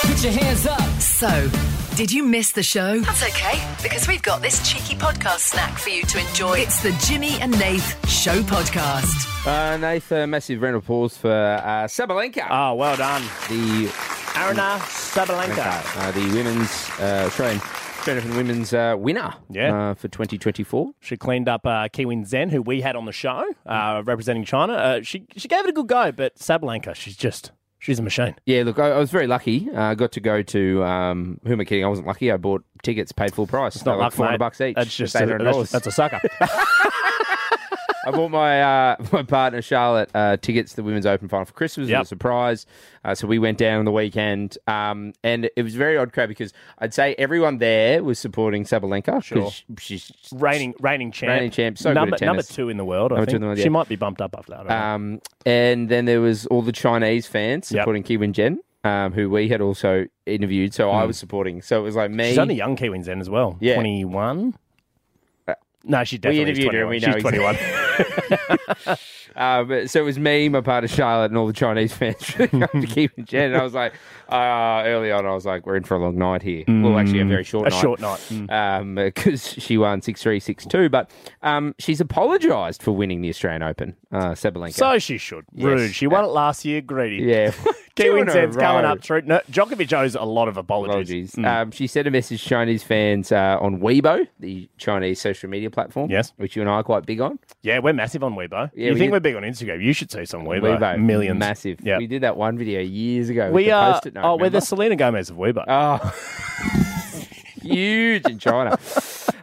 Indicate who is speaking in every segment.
Speaker 1: Put your hands up.
Speaker 2: So, did you miss the show?
Speaker 3: That's okay, because we've got this cheeky podcast snack for you to enjoy.
Speaker 2: It's the Jimmy and Nath Show Podcast.
Speaker 4: Uh, Nathan, massive round of applause for uh, Sabalenka.
Speaker 5: Oh, well done.
Speaker 4: the
Speaker 5: Arina Sabalenka.
Speaker 4: uh, the women's uh, Australian Australian women's uh, winner
Speaker 5: Yeah.
Speaker 4: uh, for 2024.
Speaker 5: She cleaned up uh, Kiwin Zen, who we had on the show, uh, representing China. Uh, she, she gave it a good go, but Sabalenka, she's just, she's a machine.
Speaker 4: Yeah, look, I, I was very lucky. Uh, I got to go to. Um, who am I kidding? I wasn't lucky. I bought tickets, paid full price.
Speaker 5: It's not
Speaker 4: They were
Speaker 5: luck,
Speaker 4: four hundred
Speaker 5: mate.
Speaker 4: bucks each.
Speaker 5: That's just, a, that's,
Speaker 4: $800.
Speaker 5: that's a sucker.
Speaker 4: I bought my uh, my partner Charlotte uh, tickets to the Women's Open final for Christmas
Speaker 5: Yep.
Speaker 4: as a surprise. Uh, so we went down on the weekend, um, and it was a very odd crowd because I'd say everyone there was supporting Sabalenka.
Speaker 5: Sure.
Speaker 4: because she's
Speaker 5: reigning, reigning champ.
Speaker 4: Reigning champ, so good
Speaker 5: number,
Speaker 4: at tennis.
Speaker 5: number two in the world, I
Speaker 4: Number two
Speaker 5: think.
Speaker 4: in the world, yeah.
Speaker 5: She might be bumped up after that. I don't know.
Speaker 4: Um, and then there was all the Chinese fans
Speaker 5: Yep.
Speaker 4: supporting Kiwin Jen, um, who we had also interviewed. So I was supporting. So it was like me.
Speaker 5: Hmm. She's only young Kiwin Zen as well.
Speaker 4: Yeah.
Speaker 5: 21? No, she
Speaker 4: we
Speaker 5: definitely is
Speaker 4: interviewed her.
Speaker 5: 21.
Speaker 4: We
Speaker 5: She's
Speaker 4: know
Speaker 5: 21.
Speaker 4: Um, so it was me, my partner Charlotte, and all the Chinese fans to Kiwin Jen. And I was like, uh, early on, I was like, we're in for a long night here. Well, actually, a very short
Speaker 5: Hmm. a
Speaker 4: night.
Speaker 5: short night.
Speaker 4: Mm. because she won six three six two, but um, she's apologised for winning the Australian Open, uh, Sabalenka.
Speaker 5: So she should. Rude. She won it last year. Greedy.
Speaker 4: yeah, Two in
Speaker 5: Kiwin
Speaker 4: a
Speaker 5: Zen's coming
Speaker 4: row.
Speaker 5: up through. No, Djokovic owes a lot of apologies. Mm.
Speaker 4: Apologies. Um, she sent a message to Chinese fans uh, on Weibo, the Chinese social media platform,
Speaker 5: Yes.
Speaker 4: which you and I are quite big on.
Speaker 5: Yeah, we're massive on Weibo.
Speaker 4: Yeah,
Speaker 5: you
Speaker 4: we
Speaker 5: think
Speaker 4: did-
Speaker 5: we're big on Instagram? You should see some Weibo.
Speaker 4: Weibo,
Speaker 5: Millions.
Speaker 4: massive.
Speaker 5: Yeah.
Speaker 4: We did that one video years ago. with
Speaker 5: We
Speaker 4: the
Speaker 5: are.
Speaker 4: Post-it note,
Speaker 5: oh, we're
Speaker 4: remember?
Speaker 5: the Selena Gomez of Weibo.
Speaker 4: Oh. Huge in China.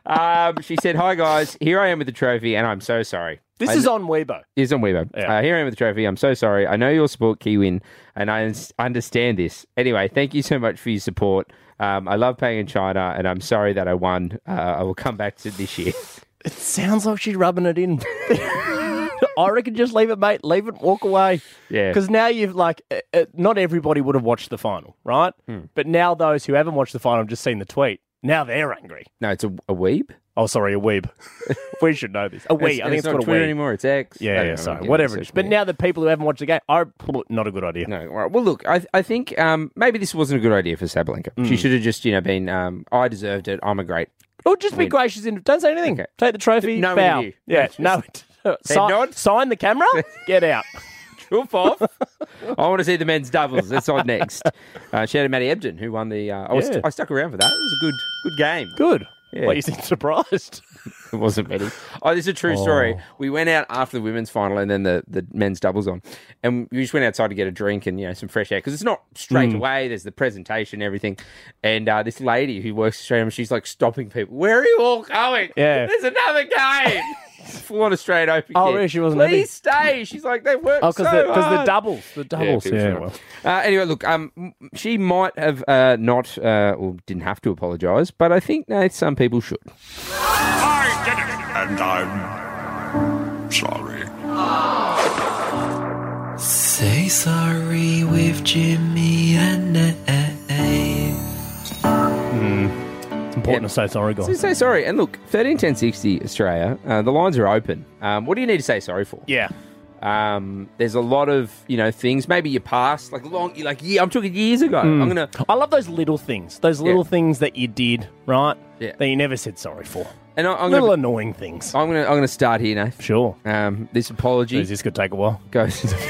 Speaker 4: Um, she said, Hi guys, here I am with the trophy and I'm so sorry.
Speaker 5: this
Speaker 4: I-
Speaker 5: is on Weibo.
Speaker 4: is on Weibo.
Speaker 5: Yeah.
Speaker 4: Uh, here I am with the trophy. I'm so sorry. I know you'll support Kiwin, and I un- understand this. Anyway, thank you so much for your support. Um, I love playing in China, and I'm sorry that I won. Uh, I will come back to this year.
Speaker 5: It sounds like she's rubbing it in. I reckon just leave it, mate. Leave it, walk away.
Speaker 4: Yeah.
Speaker 5: Because now you've like, uh, uh, not everybody would have watched the final, right?
Speaker 4: Hmm.
Speaker 5: But now those who haven't watched the final have just seen the tweet. Now they're angry.
Speaker 4: No, it's a, a weeb.
Speaker 5: Oh, sorry, a weeb. we should know this. A wee.
Speaker 4: And
Speaker 5: I think
Speaker 4: it's
Speaker 5: it's
Speaker 4: not
Speaker 5: called a
Speaker 4: Twitter
Speaker 5: wee.
Speaker 4: anymore. It's X. I
Speaker 5: Yeah,
Speaker 4: don't
Speaker 5: yeah,
Speaker 4: know,
Speaker 5: sorry.
Speaker 4: yeah,
Speaker 5: Whatever. it
Speaker 4: social
Speaker 5: is. But
Speaker 4: media.
Speaker 5: now the people who haven't watched the game are not a good idea.
Speaker 4: No, all right. Well, look, I, I think um, maybe this wasn't a good idea for Sabalenka. She should have just, you know, been. Um, I deserved it. I'm a great.
Speaker 5: Or just be gracious and don't say anything.
Speaker 4: Okay.
Speaker 5: Take the trophy.
Speaker 4: No
Speaker 5: bow.
Speaker 4: interview.
Speaker 5: Yeah. No. Si-
Speaker 4: nod.
Speaker 5: Sign the camera. Get out.
Speaker 4: Goof off. I want to see the men's doubles. That's on next. Uh, shout out to Matty Ebden, who won the. Uh, I, was,
Speaker 5: Yeah.
Speaker 4: I stuck around for that. It was a good, good game.
Speaker 5: Good.
Speaker 4: Yeah.
Speaker 5: Well, you seem surprised.
Speaker 4: It wasn't Betty. Oh, this is a true story. We went out after the women's final and then the, the men's doubles on. And we just went outside to get a drink and, you know, some fresh air because it's not
Speaker 5: Hmm.
Speaker 4: straight away. There's the presentation, everything. And uh, this lady who works Australian, Open, she's like stopping people. Where are you all going?
Speaker 5: Yeah.
Speaker 4: There's another game. Full on Australian Open.
Speaker 5: Oh,
Speaker 4: kid.
Speaker 5: really? She wasn't
Speaker 4: Please stay. She's like, they worked
Speaker 5: Oh,
Speaker 4: so
Speaker 5: because the, 'cause the
Speaker 4: hard.
Speaker 5: doubles, the doubles.
Speaker 4: people
Speaker 5: Yeah,
Speaker 4: should.
Speaker 5: well.
Speaker 4: Uh, anyway, look, um, m- she might have uh, not, uh, or didn't have to apologise, but I think no, some people should.
Speaker 6: And I'm sorry.
Speaker 1: Say sorry with Jimmy and Nath.
Speaker 5: It's important to say sorry,
Speaker 4: So
Speaker 5: guys.
Speaker 4: say sorry. And look, 13 10 60 Australia, uh, the lines are open. Um, what do you need to say sorry for?
Speaker 5: Yeah.
Speaker 4: Um, there's a lot of, you know, things. Maybe your past, like long, you're like, yeah, I'm talking years ago.
Speaker 5: Hmm.
Speaker 4: I'm going to,
Speaker 5: I love those little things. Those little things that you did, right?
Speaker 4: Yeah.
Speaker 5: That you never said sorry for.
Speaker 4: and I, I'm
Speaker 5: little
Speaker 4: going to,
Speaker 5: annoying things.
Speaker 4: I'm going to, I'm going to start here, Nath.
Speaker 5: Sure.
Speaker 4: Um, this apology
Speaker 5: This could take a while.
Speaker 4: goes.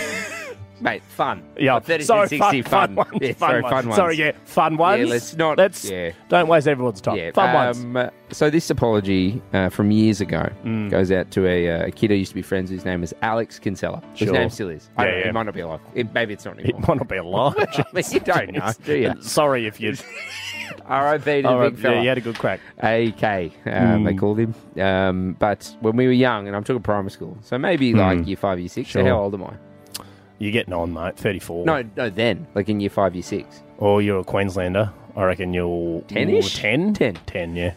Speaker 4: Mate, fun.
Speaker 5: Yeah,
Speaker 4: 13
Speaker 5: sorry,
Speaker 4: 60,
Speaker 5: fun, fun, ones,
Speaker 4: Yeah,
Speaker 5: fun
Speaker 4: sorry,
Speaker 5: ones.
Speaker 4: fun ones.
Speaker 5: Sorry, yeah, fun ones.
Speaker 4: let's not-
Speaker 5: Let's
Speaker 4: yeah.
Speaker 5: don't waste everyone's time.
Speaker 4: Yeah,
Speaker 5: fun ones.
Speaker 4: um, uh, So this apology uh, from years ago
Speaker 5: Hmm.
Speaker 4: goes out to a, uh, a kid I used to be friends. with. His name was Alex Kinsella. His
Speaker 5: Sure.
Speaker 4: name still is. I
Speaker 5: Yeah,
Speaker 4: don't know,
Speaker 5: yeah.
Speaker 4: He might not be alive. It, maybe it's not
Speaker 5: It
Speaker 4: anymore.
Speaker 5: might not be a lot.
Speaker 4: mean, you don't know, do you?
Speaker 5: Sorry if you.
Speaker 4: R.I.P. to
Speaker 5: All
Speaker 4: the
Speaker 5: right, yeah, Hmm.
Speaker 4: big fella.
Speaker 5: you had a good crack.
Speaker 4: AK, um, they called him. Um, but when we were young, and I'm talking primary school, so maybe like year five, year six. So
Speaker 5: Hmm. Sure.
Speaker 4: how old am I?
Speaker 5: You're getting on, mate. Thirty-four.
Speaker 4: No, no, then like in year five, year six.
Speaker 5: Or you're a Queenslander. I reckon you're
Speaker 4: 10-ish?
Speaker 5: Ten.
Speaker 4: 10.
Speaker 5: Ten. Yeah.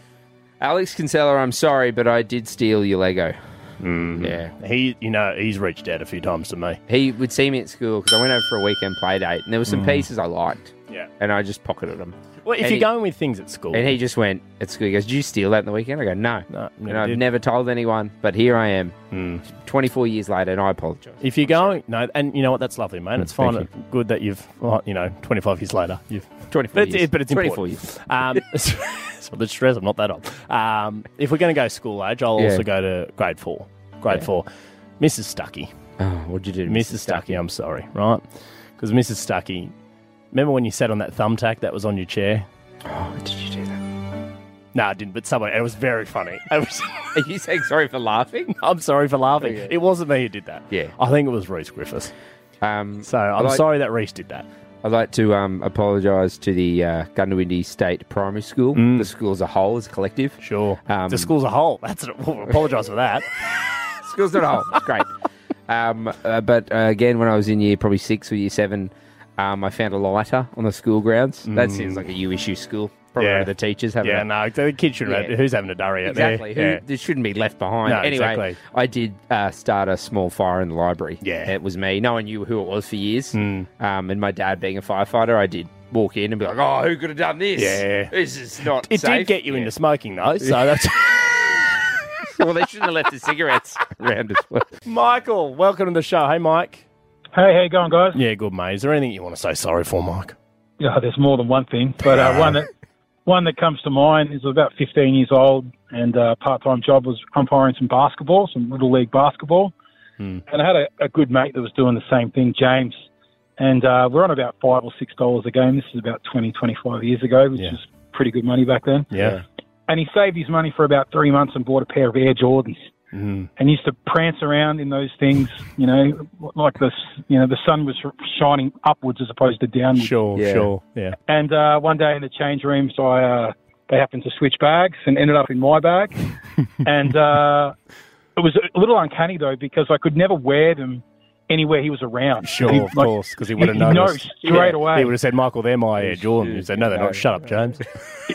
Speaker 4: Alex Kinsella, I'm sorry, but I did steal your Lego.
Speaker 5: Mm-hmm.
Speaker 4: Yeah,
Speaker 5: He, you know, he's reached out a few times to me.
Speaker 4: he would
Speaker 5: Mm.
Speaker 4: see me at school because I went over for a weekend play date, and there were some pieces I liked.
Speaker 5: Yeah.
Speaker 4: and I just pocketed them.
Speaker 5: Well, if
Speaker 4: And
Speaker 5: you're
Speaker 4: he-
Speaker 5: going with things at school,
Speaker 4: And he just went at school. He goes, "Did you steal that in the weekend?" I go, "No."
Speaker 5: No,
Speaker 4: and
Speaker 5: never
Speaker 4: I've
Speaker 5: did. Mm.
Speaker 4: never told anyone, but here I am, 24 years later, and I apologize.
Speaker 5: if you're going, no, and you know what? That's lovely, mate. It's
Speaker 4: Mm, thank
Speaker 5: fine. Good that you've, well, you know, 25 years later, you've
Speaker 4: 24
Speaker 5: But it's,
Speaker 4: years.
Speaker 5: but it's
Speaker 4: 24
Speaker 5: important. Um, so the stress, I'm not that old. Um, if we're going to go school age, I'll
Speaker 4: Yeah.
Speaker 5: also go to grade four. Grade four. Mrs. Stuckey.
Speaker 4: Oh, what'd you do, to
Speaker 5: Mrs. Stuckey, I'm sorry, right? Because Mrs. Stuckey, remember when you sat on that thumbtack that was on your chair?
Speaker 4: Oh, did you do that?
Speaker 5: No, I didn't, but someone, it was very funny. It was-
Speaker 4: Are you saying sorry for laughing?
Speaker 5: I'm sorry for laughing.
Speaker 4: Okay.
Speaker 5: It wasn't me who did that.
Speaker 4: Oh, Yeah.
Speaker 5: I think it was Reese Griffiths.
Speaker 4: Um,
Speaker 5: So I'm
Speaker 4: like-
Speaker 5: sorry that Reese did that.
Speaker 4: I'd like to um, apologise to the uh, Gundawindi State Primary School, the school as a whole, as a collective.
Speaker 5: Sure.
Speaker 4: Um,
Speaker 5: the school's a whole. That's we'll apologise for that.
Speaker 4: School's not a whole. It's great. Um, uh, but uh, again, when I was in year probably six or year seven, um, I found a lighter on the school grounds. That seems like a U issue school. Probably
Speaker 5: Yeah.
Speaker 4: one of the teachers having
Speaker 5: yeah,
Speaker 4: a-
Speaker 5: no, the kid should
Speaker 4: Yeah.
Speaker 5: Who's having a diarrhea?
Speaker 4: Exactly. Who,
Speaker 5: Yeah.
Speaker 4: This shouldn't be left behind.
Speaker 5: No,
Speaker 4: anyway,
Speaker 5: exactly.
Speaker 4: I did uh, start a small fire in the library.
Speaker 5: Yeah. Hmm.
Speaker 4: It was me. No one knew who it was for years. Um, and my dad, being a firefighter, I did walk in and be like, oh, who could have done this?
Speaker 5: Yeah.
Speaker 4: This is not
Speaker 5: It
Speaker 4: safe."
Speaker 5: did get you
Speaker 4: Yeah.
Speaker 5: into smoking though, so that's
Speaker 4: well, they shouldn't have left the cigarettes around as well.
Speaker 5: Michael. Welcome to the show. Hey, Mike.
Speaker 7: Hey, how you going, guys?
Speaker 5: Yeah, good mate. Is there anything you want to say sorry for, Mike?
Speaker 7: Yeah, oh, there's more than one thing, but uh, one that one that comes to mind is about 15 years old, and uh, part-time job was umpiring some basketball, some little league basketball, and I had a, a good mate that was doing the same thing, James, and uh, we're on about five or six dollars a game. This is about 20, 25 years ago, which
Speaker 5: Yeah.
Speaker 7: is pretty good money back then.
Speaker 5: Yeah.
Speaker 7: And he saved his money for about three months and bought a pair of Air Jordans.
Speaker 5: Mm.
Speaker 7: and used to prance around in those things, you know, like the s- you know the sun was shining upwards as opposed to downwards.
Speaker 5: Sure,
Speaker 4: Yeah.
Speaker 5: sure. Yeah.
Speaker 7: And uh, one day in the change rooms, I uh, they happened to switch bags and ended up in my bag, and uh, it was a little uncanny though because I could never wear them anywhere he was around.
Speaker 5: Sure,
Speaker 7: He-
Speaker 5: of
Speaker 7: like,
Speaker 5: course, because he
Speaker 7: he-
Speaker 5: would have
Speaker 7: he knows
Speaker 5: noticed.
Speaker 7: straight
Speaker 5: Yeah.
Speaker 7: away.
Speaker 5: He would have said, Michael, they're my Air Jordan. He said, no, they're
Speaker 4: No.
Speaker 5: not. Shut up, James.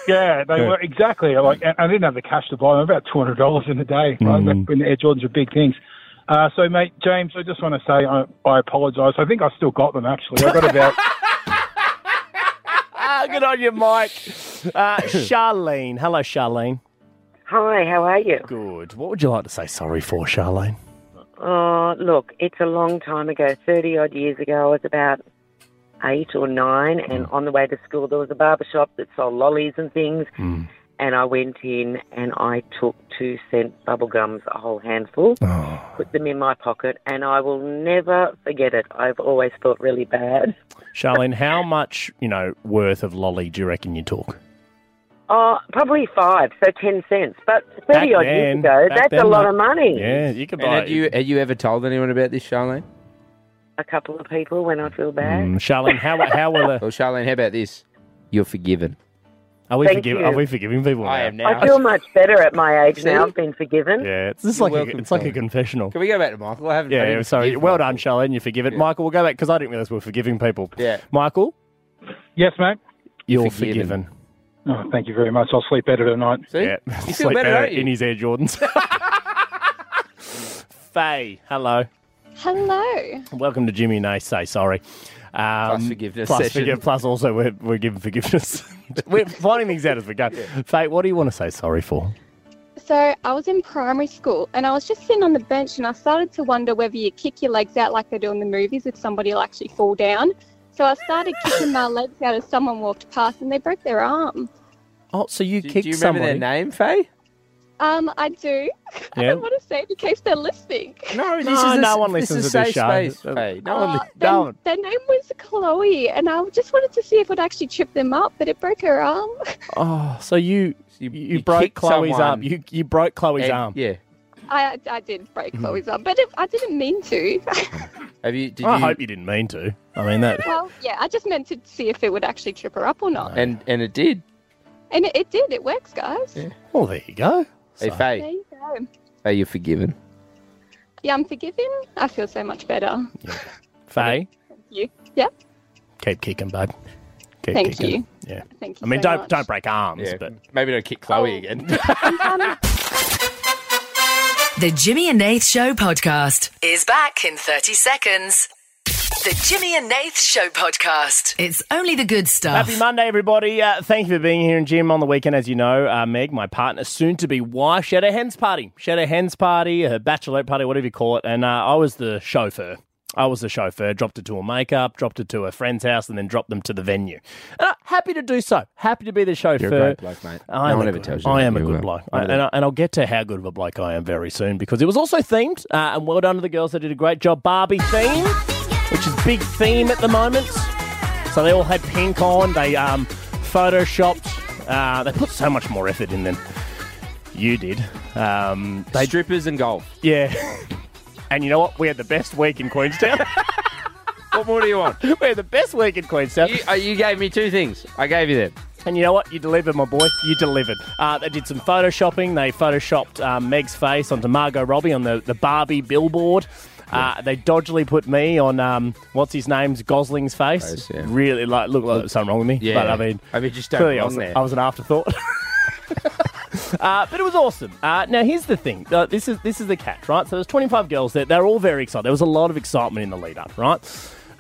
Speaker 7: Yeah, they were exactly. Like, and I didn't have the cash to buy them. About two hundred dollars in a day.
Speaker 5: Mm.
Speaker 7: Right? Back when the Air Jordans were big things. Uh, so, mate, James, I just want to say I, I apologise. I think I still got them. Actually, I got about.
Speaker 5: ah, good on you, Mike. Uh, Charlene. Hello, Charlene.
Speaker 8: Hi, how are you?
Speaker 5: Good. What would you like to say sorry for, Charlene?
Speaker 8: Oh, look, it's a long time ago, 30 odd years ago. I was about eight or nine, and
Speaker 5: Hmm.
Speaker 8: on the way to school, there was a barber shop that sold lollies and things.
Speaker 5: Hmm.
Speaker 8: And I went in and I took two cent bubble gums, a whole handful,
Speaker 5: Oh.
Speaker 8: put them in my pocket, and I will never forget it. I've always felt really bad.
Speaker 5: Charlene, how much, you know, worth of lolly do you reckon you took?
Speaker 8: Oh, probably five, so 10 cents. But 30 odd years
Speaker 5: then-
Speaker 8: ago,
Speaker 5: back
Speaker 8: that's
Speaker 5: then,
Speaker 8: a lot
Speaker 5: like-
Speaker 8: of money.
Speaker 5: Yeah, you could
Speaker 4: And
Speaker 5: buy
Speaker 4: had you had you ever told anyone about this, Charlene?
Speaker 8: A couple of people when I feel bad.
Speaker 5: Mm, Charlene, how, how will the,
Speaker 4: Well, Charlene, how about this? You're forgiven.
Speaker 5: are we
Speaker 8: Thank
Speaker 5: forgiving
Speaker 8: you.
Speaker 5: are we forgiving people?
Speaker 4: I
Speaker 5: now?
Speaker 4: am now.
Speaker 8: I feel much better at my age
Speaker 4: See?
Speaker 8: now. I've been forgiven.
Speaker 5: Yeah, it's, this is like
Speaker 4: You're
Speaker 5: a,
Speaker 4: welcome,
Speaker 5: it's like a
Speaker 4: Charlene.
Speaker 5: confessional.
Speaker 4: Can we go back to Michael? I haven't. I
Speaker 5: Yeah,
Speaker 4: didn't
Speaker 5: yeah, sorry.
Speaker 4: forgive
Speaker 5: Well
Speaker 4: Michael.
Speaker 5: done, Charlene. You forgive it. Michael, we'll go back because I didn't realize we were forgiving people.
Speaker 4: Yeah.
Speaker 5: Michael,
Speaker 7: yes, mate.
Speaker 5: you're
Speaker 4: Forgiven.
Speaker 5: forgiven.
Speaker 7: Oh, thank you very much. I'll sleep better tonight.
Speaker 4: See?
Speaker 5: Yeah.
Speaker 4: You feel
Speaker 5: Sleep
Speaker 4: better,
Speaker 5: better
Speaker 4: don't you?
Speaker 5: in his Air Jordans. Faye, hello.
Speaker 9: Hello.
Speaker 5: Welcome to Jimmy and Ace. Say sorry. Um, plus
Speaker 4: forgiveness
Speaker 5: Plus,
Speaker 4: session.
Speaker 5: forgive- plus also, we're, we're giving forgiveness. we're finding things out as we go. Faye, what do you want to say sorry for?
Speaker 9: So I was in primary school and I was just sitting on the bench and I started to wonder whether you kick your legs out like they do in the movies if somebody will actually fall down. So I started kicking my legs out as someone walked past and they broke their arm.
Speaker 5: Oh, so you
Speaker 4: Do,
Speaker 5: kicked
Speaker 4: do you remember
Speaker 5: somebody.
Speaker 4: their name, Faye?
Speaker 9: Um, I do. I
Speaker 5: Yeah.
Speaker 9: don't want to say it in case they're listening.
Speaker 4: No, this
Speaker 5: No,
Speaker 4: is a-
Speaker 5: no one listens
Speaker 4: is
Speaker 5: to this
Speaker 4: safe
Speaker 5: show.
Speaker 4: Space, Faye. No one.
Speaker 9: Uh,
Speaker 4: li-
Speaker 9: their,
Speaker 5: no one.
Speaker 9: their name was Chloe and I just wanted to see if it would actually trip them up, but it broke her arm.
Speaker 5: Oh, so you you,
Speaker 4: You-
Speaker 5: you
Speaker 4: you
Speaker 5: broke
Speaker 4: kicked
Speaker 5: Chloe's
Speaker 4: someone.
Speaker 5: arm. You you broke Chloe's
Speaker 4: and-
Speaker 5: arm.
Speaker 4: Yeah.
Speaker 9: I, I did break Chloe's arm, but it, I didn't mean to.
Speaker 4: Have you? Did
Speaker 5: I
Speaker 4: you?
Speaker 5: hope you didn't mean to. I mean that.
Speaker 9: well, yeah, I just meant to see if it would actually trip her up or not.
Speaker 4: And and it did.
Speaker 9: And it, it did. It works, guys.
Speaker 5: Well, there you go.
Speaker 4: Hey,
Speaker 5: So-
Speaker 9: There
Speaker 4: Faye.
Speaker 9: you go.
Speaker 4: Faye, you're forgiven.
Speaker 9: Yeah, I'm forgiven. I feel so much better.
Speaker 5: Faye,
Speaker 9: You. Yep.
Speaker 5: keep kicking, babe. Keep
Speaker 9: Thank
Speaker 5: kicking.
Speaker 9: you.
Speaker 5: Yeah.
Speaker 9: Thank you.
Speaker 5: I mean,
Speaker 9: so
Speaker 5: don't
Speaker 9: much.
Speaker 5: don't break arms,
Speaker 4: Yeah.
Speaker 5: but
Speaker 4: Maybe don't kick Chloe
Speaker 5: Oh.
Speaker 4: again.
Speaker 2: The Jimmy and Nath Show podcast.
Speaker 3: Is back in 30 seconds.
Speaker 2: The Jimmy and Nath Show Podcast. It's only the good stuff.
Speaker 5: Happy Monday, everybody. Uh, thank you for being here. And Jim, on the weekend, as you know, uh, Meg, my partner, soon to be wife, she had a hen's party. She had a hen's party, her bachelorette party, whatever you call it. And uh, I was the chauffeur. I was the chauffeur, dropped her to her makeup, dropped her to her friend's house, and then dropped them to the venue. And I'm happy to do so. Happy to be the chauffeur.
Speaker 4: You're a great bloke, mate.
Speaker 5: I
Speaker 4: No
Speaker 5: am
Speaker 4: one
Speaker 5: a
Speaker 4: ever
Speaker 5: good-
Speaker 4: tells you
Speaker 5: I
Speaker 4: that.
Speaker 5: am a
Speaker 4: You uh,
Speaker 5: good
Speaker 4: are.
Speaker 5: bloke.
Speaker 4: Well
Speaker 5: I- and,
Speaker 4: done.
Speaker 5: I, and I'll get to how good of a bloke I am very soon because it was also themed. Uh, and well done to the girls that did a great job. Barbie theme, which is big theme at the moment. So they all had pink on. They um, photoshopped. Uh, they put so much more effort in than you did. Um, they,
Speaker 4: Strippers and golf.
Speaker 5: yeah. And you know what? We had the best week in Queenstown.
Speaker 4: What more do you want?
Speaker 5: we had the best week in Queenstown.
Speaker 4: you, uh, you gave me two things. I gave you them.
Speaker 5: And you know what? You delivered, my boy. You delivered. Uh, they did some photoshopping. They photoshopped um, Meg's face onto Margot Robbie on the, the Barbie billboard. Uh, they dodgily put me on um, what's his name's Gosling's face.
Speaker 4: Face, yeah.
Speaker 5: Really, like, look like there was something wrong with me.
Speaker 4: Yeah.
Speaker 5: but I mean,
Speaker 4: I mean, just don't
Speaker 5: clearly I was,
Speaker 4: belong there.
Speaker 5: I was an afterthought. Uh, but it was awesome. Uh, now here's the thing. Uh, this is this is the catch, right? So there's 25 girls there. They're all very excited. There was a lot of excitement in the lead up, right?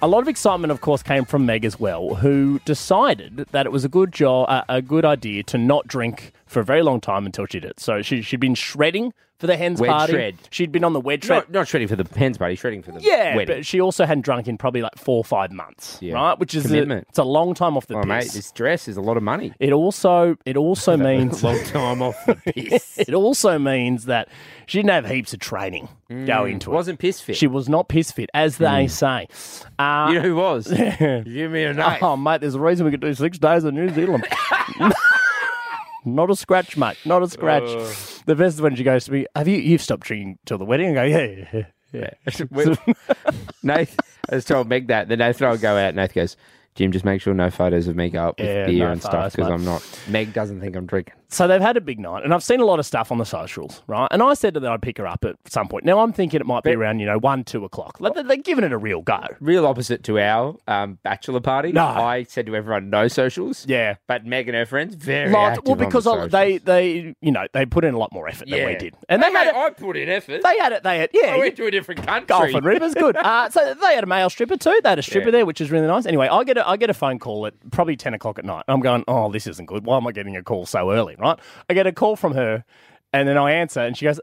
Speaker 5: A lot of excitement, of course, came from Meg as well, who decided that it was a good job, uh, a good idea to not drink for a very long time until she did. So she she'd been shredding for the hens
Speaker 4: Wed
Speaker 5: party.
Speaker 4: shred.
Speaker 5: She'd been on the wed shred.
Speaker 4: Not, not shredding for the pens, buddy. Shredding for the
Speaker 5: yeah,
Speaker 4: wedding.
Speaker 5: but she also hadn't drunk in probably like four or five months,
Speaker 4: Yeah.
Speaker 5: right? Which is a,
Speaker 4: Commitment.
Speaker 5: it's a long time off the
Speaker 4: oh,
Speaker 5: piss.
Speaker 4: mate, this dress is a lot of money.
Speaker 5: it also it also means
Speaker 4: Long time off the piss.
Speaker 5: It also means that she didn't have heaps of training go into it.
Speaker 4: Mm, Wasn't piss fit. Mm.
Speaker 5: She was not piss fit, as they say. Uh,
Speaker 4: you know who was? Give me a name.
Speaker 5: Oh, mate, there's a reason we could do six days in New Zealand. not a scratch, mate. Not a scratch. The best is when she goes to me, Have you you've stopped drinking till the wedding? I go, Yeah, yeah, yeah. yeah.
Speaker 4: We- Nath has told Meg that. Then Nath and I go out. Nath goes, Jim, just make sure no photos of me go up with
Speaker 5: Yeah,
Speaker 4: beer
Speaker 5: no
Speaker 4: and stuff
Speaker 5: photos,
Speaker 4: because
Speaker 5: mate.
Speaker 4: I'm not. Meg doesn't think I'm drinking.
Speaker 5: So they've had a big night, and I've seen a lot of stuff on the socials, right? And I said that I'd pick her up at some point. Now I'm thinking it might be around, you know, one, two o'clock. Like, they- they're giving it a real go.
Speaker 4: Real opposite to our um, bachelor party.
Speaker 5: No.
Speaker 4: I said to everyone, no socials.
Speaker 5: Yeah.
Speaker 4: But Meg and her friends, very
Speaker 5: Lot-
Speaker 4: active
Speaker 5: well,
Speaker 4: on the
Speaker 5: because I-
Speaker 4: socials.
Speaker 5: they, they, you know, they put in a lot more effort than we did, and they
Speaker 4: Hey,
Speaker 5: had
Speaker 4: mate,
Speaker 5: it.
Speaker 4: I Oh, put in effort.
Speaker 5: They had it. They had yeah.
Speaker 4: I
Speaker 5: you-
Speaker 4: went to a different country.
Speaker 5: Golf and ribbons, good. Uh, so they had a male stripper too. They had a stripper
Speaker 4: Yeah.
Speaker 5: there, which is really nice. Anyway, I get a, I get a phone call at probably ten o'clock at night. I'm going, oh, this isn't good. Why am I getting a call so early, right? I get a call from her, and then I answer, and she goes,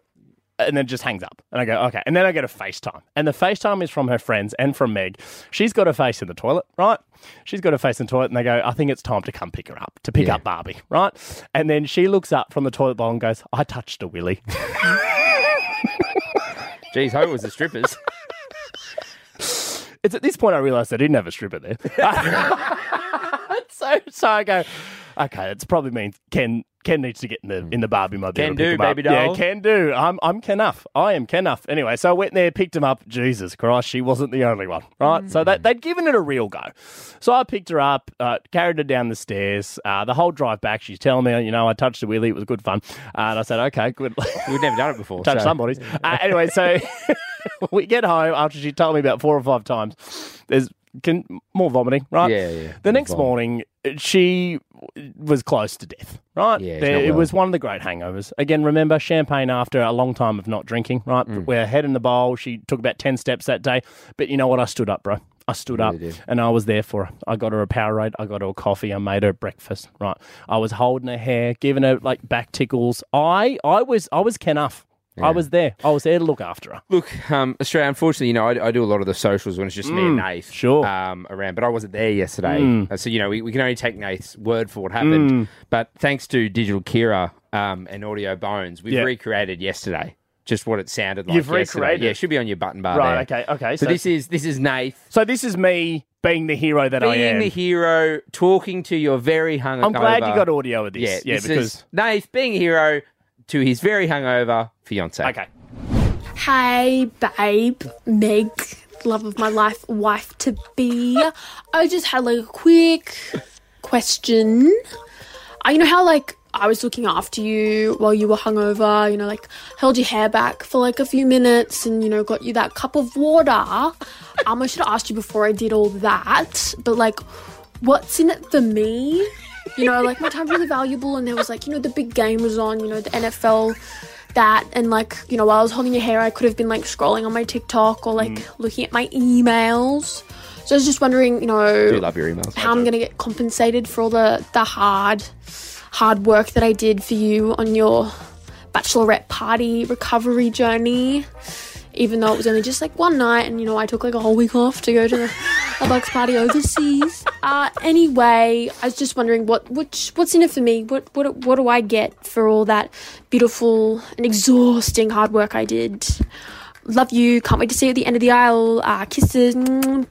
Speaker 5: and then just hangs up. And I go, okay. And then I get a FaceTime. And the FaceTime is from her friends and from Meg. She's got her face in the toilet, right? She's got her face in the toilet. And they go, I think it's time to come pick her up, to pick up Barbie, right? And then she looks up from the toilet bowl and goes, I touched a willy.
Speaker 4: Jeez, hope it was the strippers.
Speaker 5: It's at this point I realised I didn't have a stripper there. so so I go, okay, it's probably means Ken Ken needs to get in the in the Barbie mobile.
Speaker 4: Can
Speaker 5: and pick
Speaker 4: do,
Speaker 5: him up.
Speaker 4: baby
Speaker 5: Yeah,
Speaker 4: doll.
Speaker 5: can do. I'm I'm Kenuff. I am Kenuff. Anyway, so I went there, picked him up. Jesus Christ, she wasn't the only one, right? So
Speaker 4: Mm.
Speaker 5: that they'd given it a real go. So I picked her up, uh, carried her down the stairs. Uh, the whole drive back, she's telling me, you know, I touched the wheelie. It was good fun, uh, and I said, okay, good.
Speaker 4: We've never done it before.
Speaker 5: touch
Speaker 4: so-
Speaker 5: somebody's. Uh, anyway, so we get home after she told me about four or five times. There's can, more vomiting, right?
Speaker 4: Yeah, yeah.
Speaker 5: The next
Speaker 4: Vomit.
Speaker 5: morning, she was close to death, right?
Speaker 4: Yeah, she's
Speaker 5: There-
Speaker 4: not
Speaker 5: it
Speaker 4: well.
Speaker 5: was one of the great hangovers. Again, remember champagne after a long time of not drinking, right?
Speaker 4: Mm.
Speaker 5: We're head in the bowl. She took about ten steps that day, but you know what? I stood up, bro. I stood up
Speaker 4: did.
Speaker 5: and I was there for her. I got her a Powerade, I got her a coffee, I made her breakfast. Right, I was holding her hair, giving her like back tickles. I, I was, I was Kenuff. I was there. I was there to look after her.
Speaker 4: Look, um, Australia, unfortunately, you know, I, I do a lot of the socials when it's just me and Nath.
Speaker 5: Mm, sure. Mm.
Speaker 4: Um, around, but I wasn't there yesterday. Uh, So, you know, we, we can only take Nath's word for what happened. But thanks to Digital Kira um, and Audio Bones, we've
Speaker 5: Yeah.
Speaker 4: recreated yesterday just what it sounded like.
Speaker 5: You've
Speaker 4: yesterday.
Speaker 5: recreated?
Speaker 4: Yeah, it should be on your button bar.
Speaker 5: Right.
Speaker 4: there.
Speaker 5: Okay. Okay.
Speaker 4: So, this is this is Nath
Speaker 5: so this is me being the hero that I
Speaker 4: being
Speaker 5: am.
Speaker 4: the hero, talking to your very hungover.
Speaker 5: I'm glad you got audio of this.
Speaker 4: Yeah, this
Speaker 5: because
Speaker 4: is Nath being a hero to his very hungover fiance.
Speaker 5: okay.
Speaker 10: Hey, babe, Meg, love of my life, wife to be. I just had like a quick question. Uh, you know how like I was looking after you while you were hungover, you know, like held your hair back for like a few minutes and you know got you that cup of water. Um, I should have asked you before I did all that, but like, what's in it for me? You know, like my time's really valuable, and there was like you know the big game was on, you know the NFL that and like you know while i was holding your hair i could have been like scrolling on my tiktok or like looking at my emails So I was just wondering, you know,
Speaker 4: I do love your emails.
Speaker 10: how I'm going to get compensated for all the the hard hard work that I did for you on your bachelorette party recovery journey. Even though it was only just like one night, and you know, I took like a whole week off to go to the, a bucks party overseas. Uh, anyway, I was just wondering what which, what's in it for me. What what what do I get for all that beautiful and exhausting hard work I did? Love you. Can't wait to see you at the end of the aisle. Uh, kisses.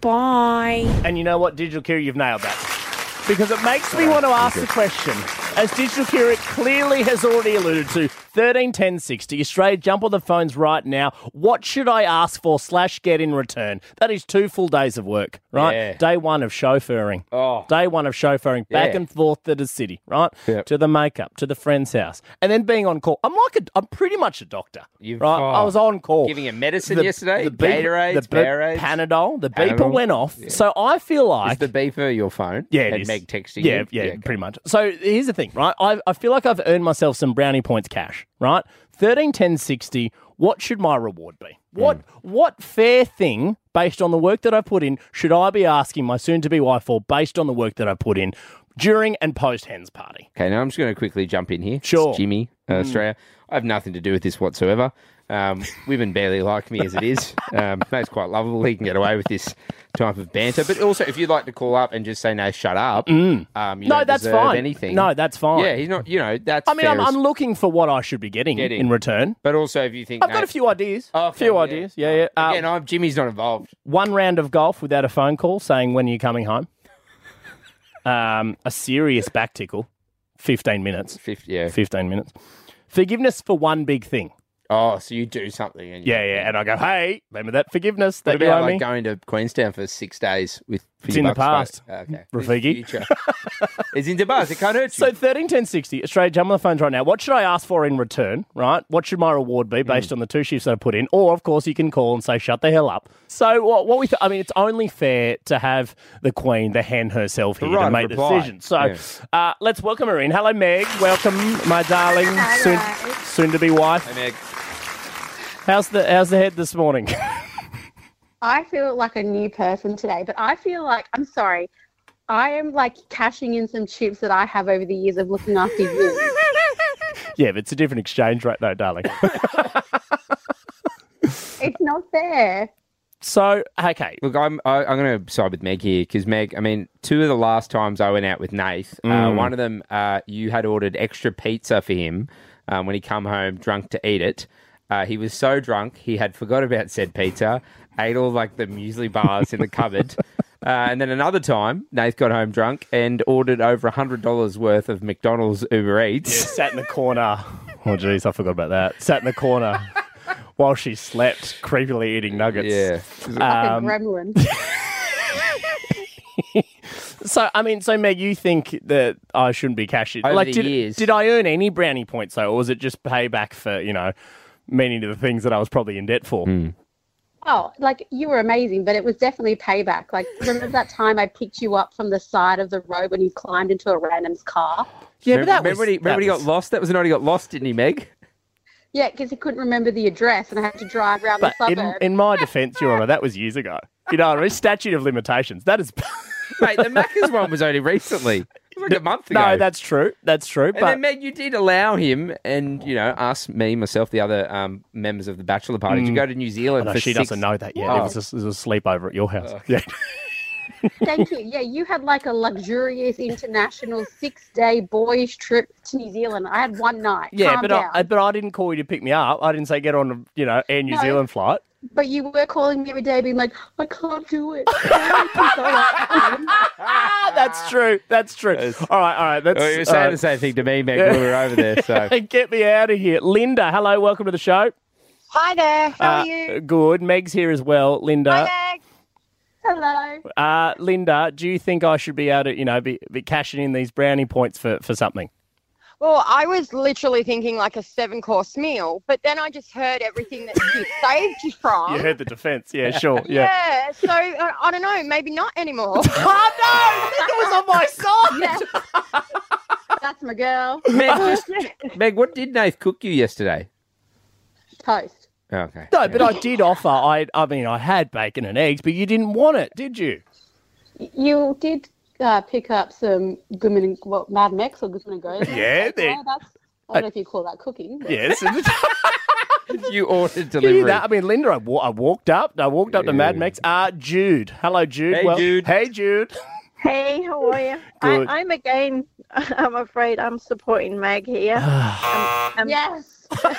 Speaker 10: Bye.
Speaker 5: And you know what, Digital Kira, you've nailed that. Because it makes me want to ask the question, as Digital Kira clearly has already alluded to, 13 10 60, Australia, jump on the phones right now. What should I ask for slash get in return? That is two full days of work, right?
Speaker 4: Yeah.
Speaker 5: Day one of chauffeuring.
Speaker 4: Oh.
Speaker 5: Day one of chauffeuring back
Speaker 4: Yeah.
Speaker 5: and forth to the city, right?
Speaker 4: Yep.
Speaker 5: To the makeup, to the friend's house. And then being on call. I'm like a, I'm pretty much a doctor,
Speaker 4: You've-
Speaker 5: right?
Speaker 4: oh.
Speaker 5: I was on call.
Speaker 4: Giving you medicine yesterday,
Speaker 5: beep-
Speaker 4: Gatorades,
Speaker 5: the beep-
Speaker 4: Bearades.
Speaker 5: Panadol. The beeper
Speaker 4: Panadol.
Speaker 5: went off. So I feel like
Speaker 4: Is the beeper your phone?
Speaker 5: yeah, it
Speaker 4: and
Speaker 5: is.
Speaker 4: Meg texting
Speaker 5: yeah,
Speaker 4: you.
Speaker 5: Yeah,
Speaker 4: okay.
Speaker 5: pretty much. So here's the thing, right? I, I feel like I've earned myself some brownie points cash, right? Thirteen, ten, sixty. What should my reward be? What
Speaker 4: Hmm.
Speaker 5: what fair thing based on the work that I put in should I be asking my soon to be wife for based on the work that I put in during and post hens party?
Speaker 4: Okay, now I'm just going to quickly jump in here. It's
Speaker 5: Sure.
Speaker 4: Jimmy, uh, Australia. I have nothing to do with this whatsoever. Um, women barely like me as it is. Um, Nate's quite lovable. He can get away with this type of banter. But also, if you'd like to call up and just say, no, shut up, um, you
Speaker 5: Hmm. No,
Speaker 4: don't
Speaker 5: that's
Speaker 4: deserve
Speaker 5: fine.
Speaker 4: anything.
Speaker 5: No, that's fine.
Speaker 4: Yeah, he's not, you know, that's
Speaker 5: I mean, I'm,
Speaker 4: fair as-
Speaker 5: I'm looking for what I should be getting,
Speaker 4: Getting.
Speaker 5: in return.
Speaker 4: But also, if you think. Oh,
Speaker 5: I've got a few ideas. A
Speaker 4: Okay,
Speaker 5: few
Speaker 4: yeah.
Speaker 5: ideas. Yeah, yeah. Uh,
Speaker 4: Again, I'm, Jimmy's not involved.
Speaker 5: one round of golf without a phone call saying when are you coming home um, a serious back tickle 15 minutes
Speaker 4: 50, yeah.
Speaker 5: 15 minutes forgiveness for one big thing
Speaker 4: Oh, so you do something. And
Speaker 5: yeah yeah and i go hey remember that forgiveness
Speaker 4: What
Speaker 5: that you
Speaker 4: about
Speaker 5: owe
Speaker 4: like
Speaker 5: me
Speaker 4: going to Queenstown for six days with? for
Speaker 5: It's in
Speaker 4: your
Speaker 5: the
Speaker 4: bucks,
Speaker 5: past,
Speaker 4: but- okay.
Speaker 5: Rafiki.
Speaker 4: It's future. It's in the past. It can't hurt you.
Speaker 5: so 13 10 60 australia jump on the phones right now what should i ask for in return right what should my reward be based
Speaker 4: Mm.
Speaker 5: on the two shifts i put in or of course you can call and say shut the hell up so what, what we th- i mean it's only fair to have the queen the hen herself here
Speaker 4: Right,
Speaker 5: to make
Speaker 4: reply.
Speaker 5: decisions so uh, let's welcome her in hello meg welcome my darling soon, soon to be wife
Speaker 4: Hey, Meg.
Speaker 5: how's the how's the head this morning
Speaker 11: I feel like a new person today, but I feel like I'm sorry. I am like cashing in some chips that I have over the years of looking after you.
Speaker 5: yeah but it's a different exchange rate though darling
Speaker 11: it's not fair.
Speaker 5: so okay
Speaker 4: Look, I'm I, I'm going to side with Meg here because Meg. I mean, two of the last times I went out with Nath, uh,
Speaker 5: Mm.
Speaker 4: one of them uh, you had ordered extra pizza for him um, when he come home drunk to eat it. Uh, he was so drunk he had forgot about said pizza, ate all like the muesli bars in the cupboard. Uh, and then another time, Nath got home drunk and ordered over hundred dollars worth of McDonald's Uber Eats.
Speaker 5: sat in the corner. Oh, geez, I forgot about that. Sat in the corner while she slept, creepily eating nuggets.
Speaker 11: Like
Speaker 5: Um,
Speaker 11: a gremlin.
Speaker 5: So, I mean, so Meg, you think that I shouldn't be cashing?
Speaker 4: Over
Speaker 5: like,
Speaker 4: the
Speaker 5: did,
Speaker 4: years.
Speaker 5: did I earn any brownie points though, or was it just payback for you know many of the things that I was probably in debt for?
Speaker 4: Hmm.
Speaker 11: Oh, like you were amazing, but it was definitely payback. Like remember that time I picked you up from the side of the road when you climbed into a random's car?
Speaker 5: Yeah,
Speaker 4: remember, remember when he, remember when he got lost? That was the night he got lost, didn't he, Meg?
Speaker 11: Yeah, because he couldn't remember the address, and I had to drive around
Speaker 5: But
Speaker 11: the
Speaker 5: in,
Speaker 11: suburb.
Speaker 5: in my defence, Your Honour, that was years ago. You know, what I mean? statute of limitations. That is
Speaker 4: Mate, the Macca's one was only recently. It was like a month ago.
Speaker 5: no, that's true. That's true.
Speaker 4: And
Speaker 5: but
Speaker 4: then, Meg, you did allow him and, you know, us, me, myself, the other um, members of the Bachelor Party to go to New Zealand
Speaker 5: Oh, no,
Speaker 4: for
Speaker 5: she
Speaker 4: six... Oh,
Speaker 5: doesn't know that yet. It was a, it was a sleepover at your house. Yeah.
Speaker 11: Thank you. Yeah, you had like a luxurious international six-day boys trip to New Zealand. I had one night.
Speaker 5: Yeah,
Speaker 11: Calm
Speaker 5: but
Speaker 11: down.
Speaker 5: I, but I didn't call you to pick me up. I didn't say get on a you know Air New
Speaker 11: No.
Speaker 5: Zealand flight.
Speaker 11: But you were calling me every day, being like, "I can't do it." I can't do it."
Speaker 5: Ah, that's true. That's true. All right, all right. That's
Speaker 4: Well, Oh, you were
Speaker 5: all
Speaker 4: saying
Speaker 5: right.
Speaker 4: the same thing to me, Meg, when we were over there. So,
Speaker 5: Get me out of here, Linda. Hello, welcome to the show.
Speaker 12: Hi there. How
Speaker 5: Uh,
Speaker 12: are you?
Speaker 5: Good. Meg's here as well. Linda.
Speaker 12: Hi, Meg.
Speaker 11: Hello.
Speaker 5: Uh, Linda, do you think I should be able to you know be, be cashing in these brownie points for for something?
Speaker 12: Well, I was literally thinking like a seven course meal, but then I just heard everything that you saved you from.
Speaker 5: You heard the defence. Yeah, sure. Yeah.
Speaker 12: Yeah, so I, I don't know, maybe not anymore.
Speaker 5: oh no! Linda was on my side.
Speaker 11: Yeah. That's my girl.
Speaker 4: Meg, just- Meg, what did Nath cook you yesterday? Oh,
Speaker 11: Toast.
Speaker 4: Okay.
Speaker 5: No, but I did offer. I I mean, I had bacon and eggs, but you didn't want it, did you?
Speaker 11: You did uh, pick up some Goodman and well, Mad Max or Goodman and Goes.
Speaker 4: Yeah,
Speaker 11: That's-
Speaker 4: they-
Speaker 11: that's, I don't know if you call that cooking. but-
Speaker 5: Yes.
Speaker 4: you ordered
Speaker 5: Give you
Speaker 4: delivery.
Speaker 5: that. I mean, Linda, I, wa- I walked up. I walked up to Mad Max. Ah, Jude. Hello, Jude.
Speaker 4: Hey,
Speaker 5: well,
Speaker 4: Jude.
Speaker 5: Hey, Jude.
Speaker 13: Hey, how are you?
Speaker 5: Good.
Speaker 13: I, I'm again. I'm afraid I'm supporting Meg here. I'm,
Speaker 11: yes.
Speaker 13: by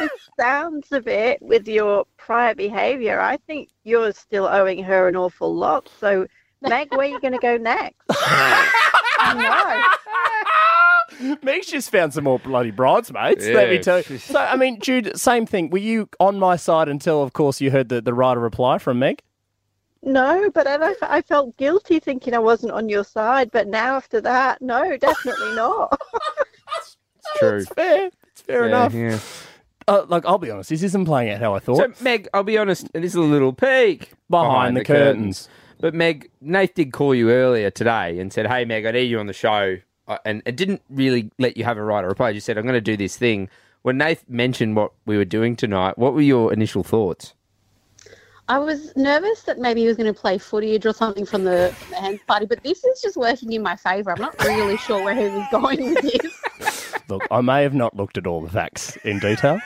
Speaker 13: the sounds of it, with your prior behaviour, I think you're still owing her an awful lot. So, Meg, where are you going to go next?
Speaker 5: Meek's just found some more bloody bridesmaids, let me
Speaker 4: Yeah.
Speaker 5: tell you. So, I mean, Jude, same thing. Were you on my side until, of course, you heard the, the rider reply from Meg?
Speaker 13: No, but then I, f- I felt guilty thinking I wasn't on your side. But now after that, no, definitely not.
Speaker 4: It's true.
Speaker 5: fair. It's fair
Speaker 4: Yeah,
Speaker 5: enough.
Speaker 4: yeah.
Speaker 5: Uh, look, I'll be honest. This isn't playing out how I thought.
Speaker 4: So, Meg, I'll be honest, and this is a little peek
Speaker 5: Behind the curtains.
Speaker 4: But Meg, Nate did call you earlier today and said, "Hey, Meg, I need you on the show," I- and it didn't really let you have a right or reply. You said, "I'm going to do this thing." When Nate mentioned what we were doing tonight, what were your initial thoughts?
Speaker 11: I was nervous that maybe he was going to play footage or something from the, from the hen party, but this is just working in my favour. I'm not really sure where he was going with this.
Speaker 5: Look, I may have not looked at all the facts in detail.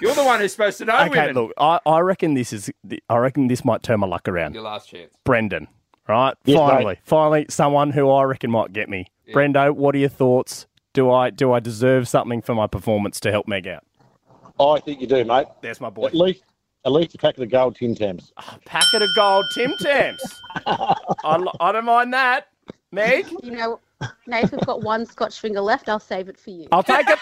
Speaker 4: You're the one who's supposed to know.
Speaker 5: okay, look, I, I reckon this is. I reckon this might turn my luck around.
Speaker 4: your last chance.
Speaker 5: Brendan, right?
Speaker 4: Yes, mate.
Speaker 5: finally, finally, someone who I reckon might get me. Brendo, what are your thoughts? Do I do I deserve something for my performance to help Meg out?
Speaker 14: I think you do, mate.
Speaker 5: There's my boy.
Speaker 14: At least, at least a pack of the gold Tim Tams.
Speaker 5: Packet of gold Tim Tams. I, li- I don't mind that. Meg?
Speaker 11: You know, Nate, we've got one Scotch finger left. I'll save it for you.
Speaker 5: I'll take it.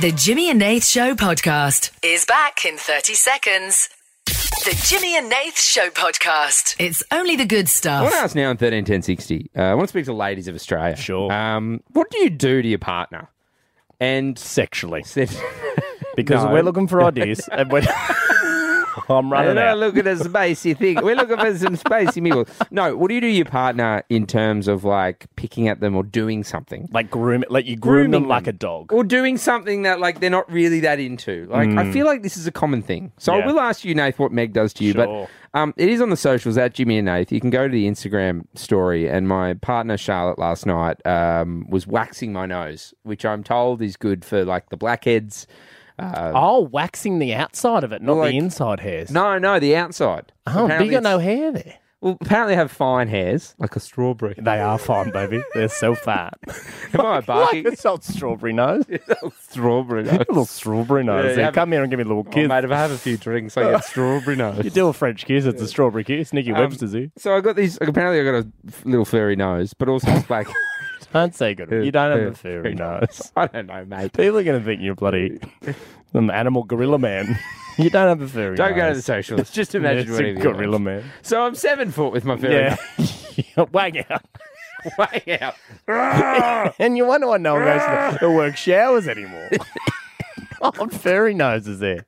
Speaker 2: The Jimmy and Nate Show podcast.
Speaker 3: Is back in 30 seconds. The Jimmy and Nath Show podcast.
Speaker 2: It's only the good
Speaker 4: I want to
Speaker 2: stuff.
Speaker 4: ask now on thirteen ten sixty. Uh, I want to speak to the ladies of Australia. Sure. Um, what do you do to your partner? And
Speaker 5: sexually,
Speaker 4: because
Speaker 5: we're looking for ideas and we're I'm running
Speaker 4: We're
Speaker 5: out.
Speaker 4: not looking at spicy thing. We're looking for some spicy meatballs. No, what do you do to your partner in terms of like picking at them or doing something?
Speaker 5: Like groom, let you groom them like a dog.
Speaker 4: Or doing something that like they're not really that into. Like I
Speaker 5: Mm.
Speaker 4: feel like this is a common thing. So
Speaker 5: Yeah.
Speaker 4: I will ask you, Nath, what Meg does to you.
Speaker 5: Sure.
Speaker 4: But um, it is on the socials at Jimmy and Nath. You can go to the Instagram story. And my partner Charlotte last night um, was waxing my nose, which I'm told is good for like the blackheads. Uh,
Speaker 5: Oh, waxing the outside of it, not
Speaker 4: Like-
Speaker 5: the inside hairs.
Speaker 4: No, no, the outside.
Speaker 5: Oh, but you
Speaker 4: Apparently
Speaker 5: got no
Speaker 4: it's-
Speaker 5: hair there.
Speaker 4: Well, apparently they have fine hairs, like a strawberry.
Speaker 5: They are fine, baby. They're so fat.
Speaker 4: Am I barking?
Speaker 5: Like this old strawberry nose.
Speaker 4: strawberry nose.
Speaker 5: little strawberry nose.
Speaker 4: Yeah,
Speaker 5: there.
Speaker 4: have-
Speaker 5: Come here and give me a Oh, little kiss.
Speaker 4: mate, if I have a few drinks, I get strawberry nose.
Speaker 5: you do a French kiss. It's a strawberry kiss. Nicky
Speaker 4: Um,
Speaker 5: Webster's here.
Speaker 4: So I got these. Apparently, I got a f- little furry nose, but also it's black.
Speaker 5: Don't say good. You don't have
Speaker 4: Yeah,
Speaker 5: a furry
Speaker 4: furry
Speaker 5: nose.
Speaker 4: I don't know, mate.
Speaker 5: People are going to think you're bloody an animal gorilla man. you don't have a furry nose.
Speaker 4: Don't go to the socials. Just imagine
Speaker 5: it's a
Speaker 4: whatever you
Speaker 5: gorilla
Speaker 4: want.
Speaker 5: man.
Speaker 4: So I'm seven foot with my furry
Speaker 5: Yeah. Wag out.
Speaker 4: Wag out.
Speaker 5: and you wonder why no one goes to the, the work showers anymore. oh, furry noses there.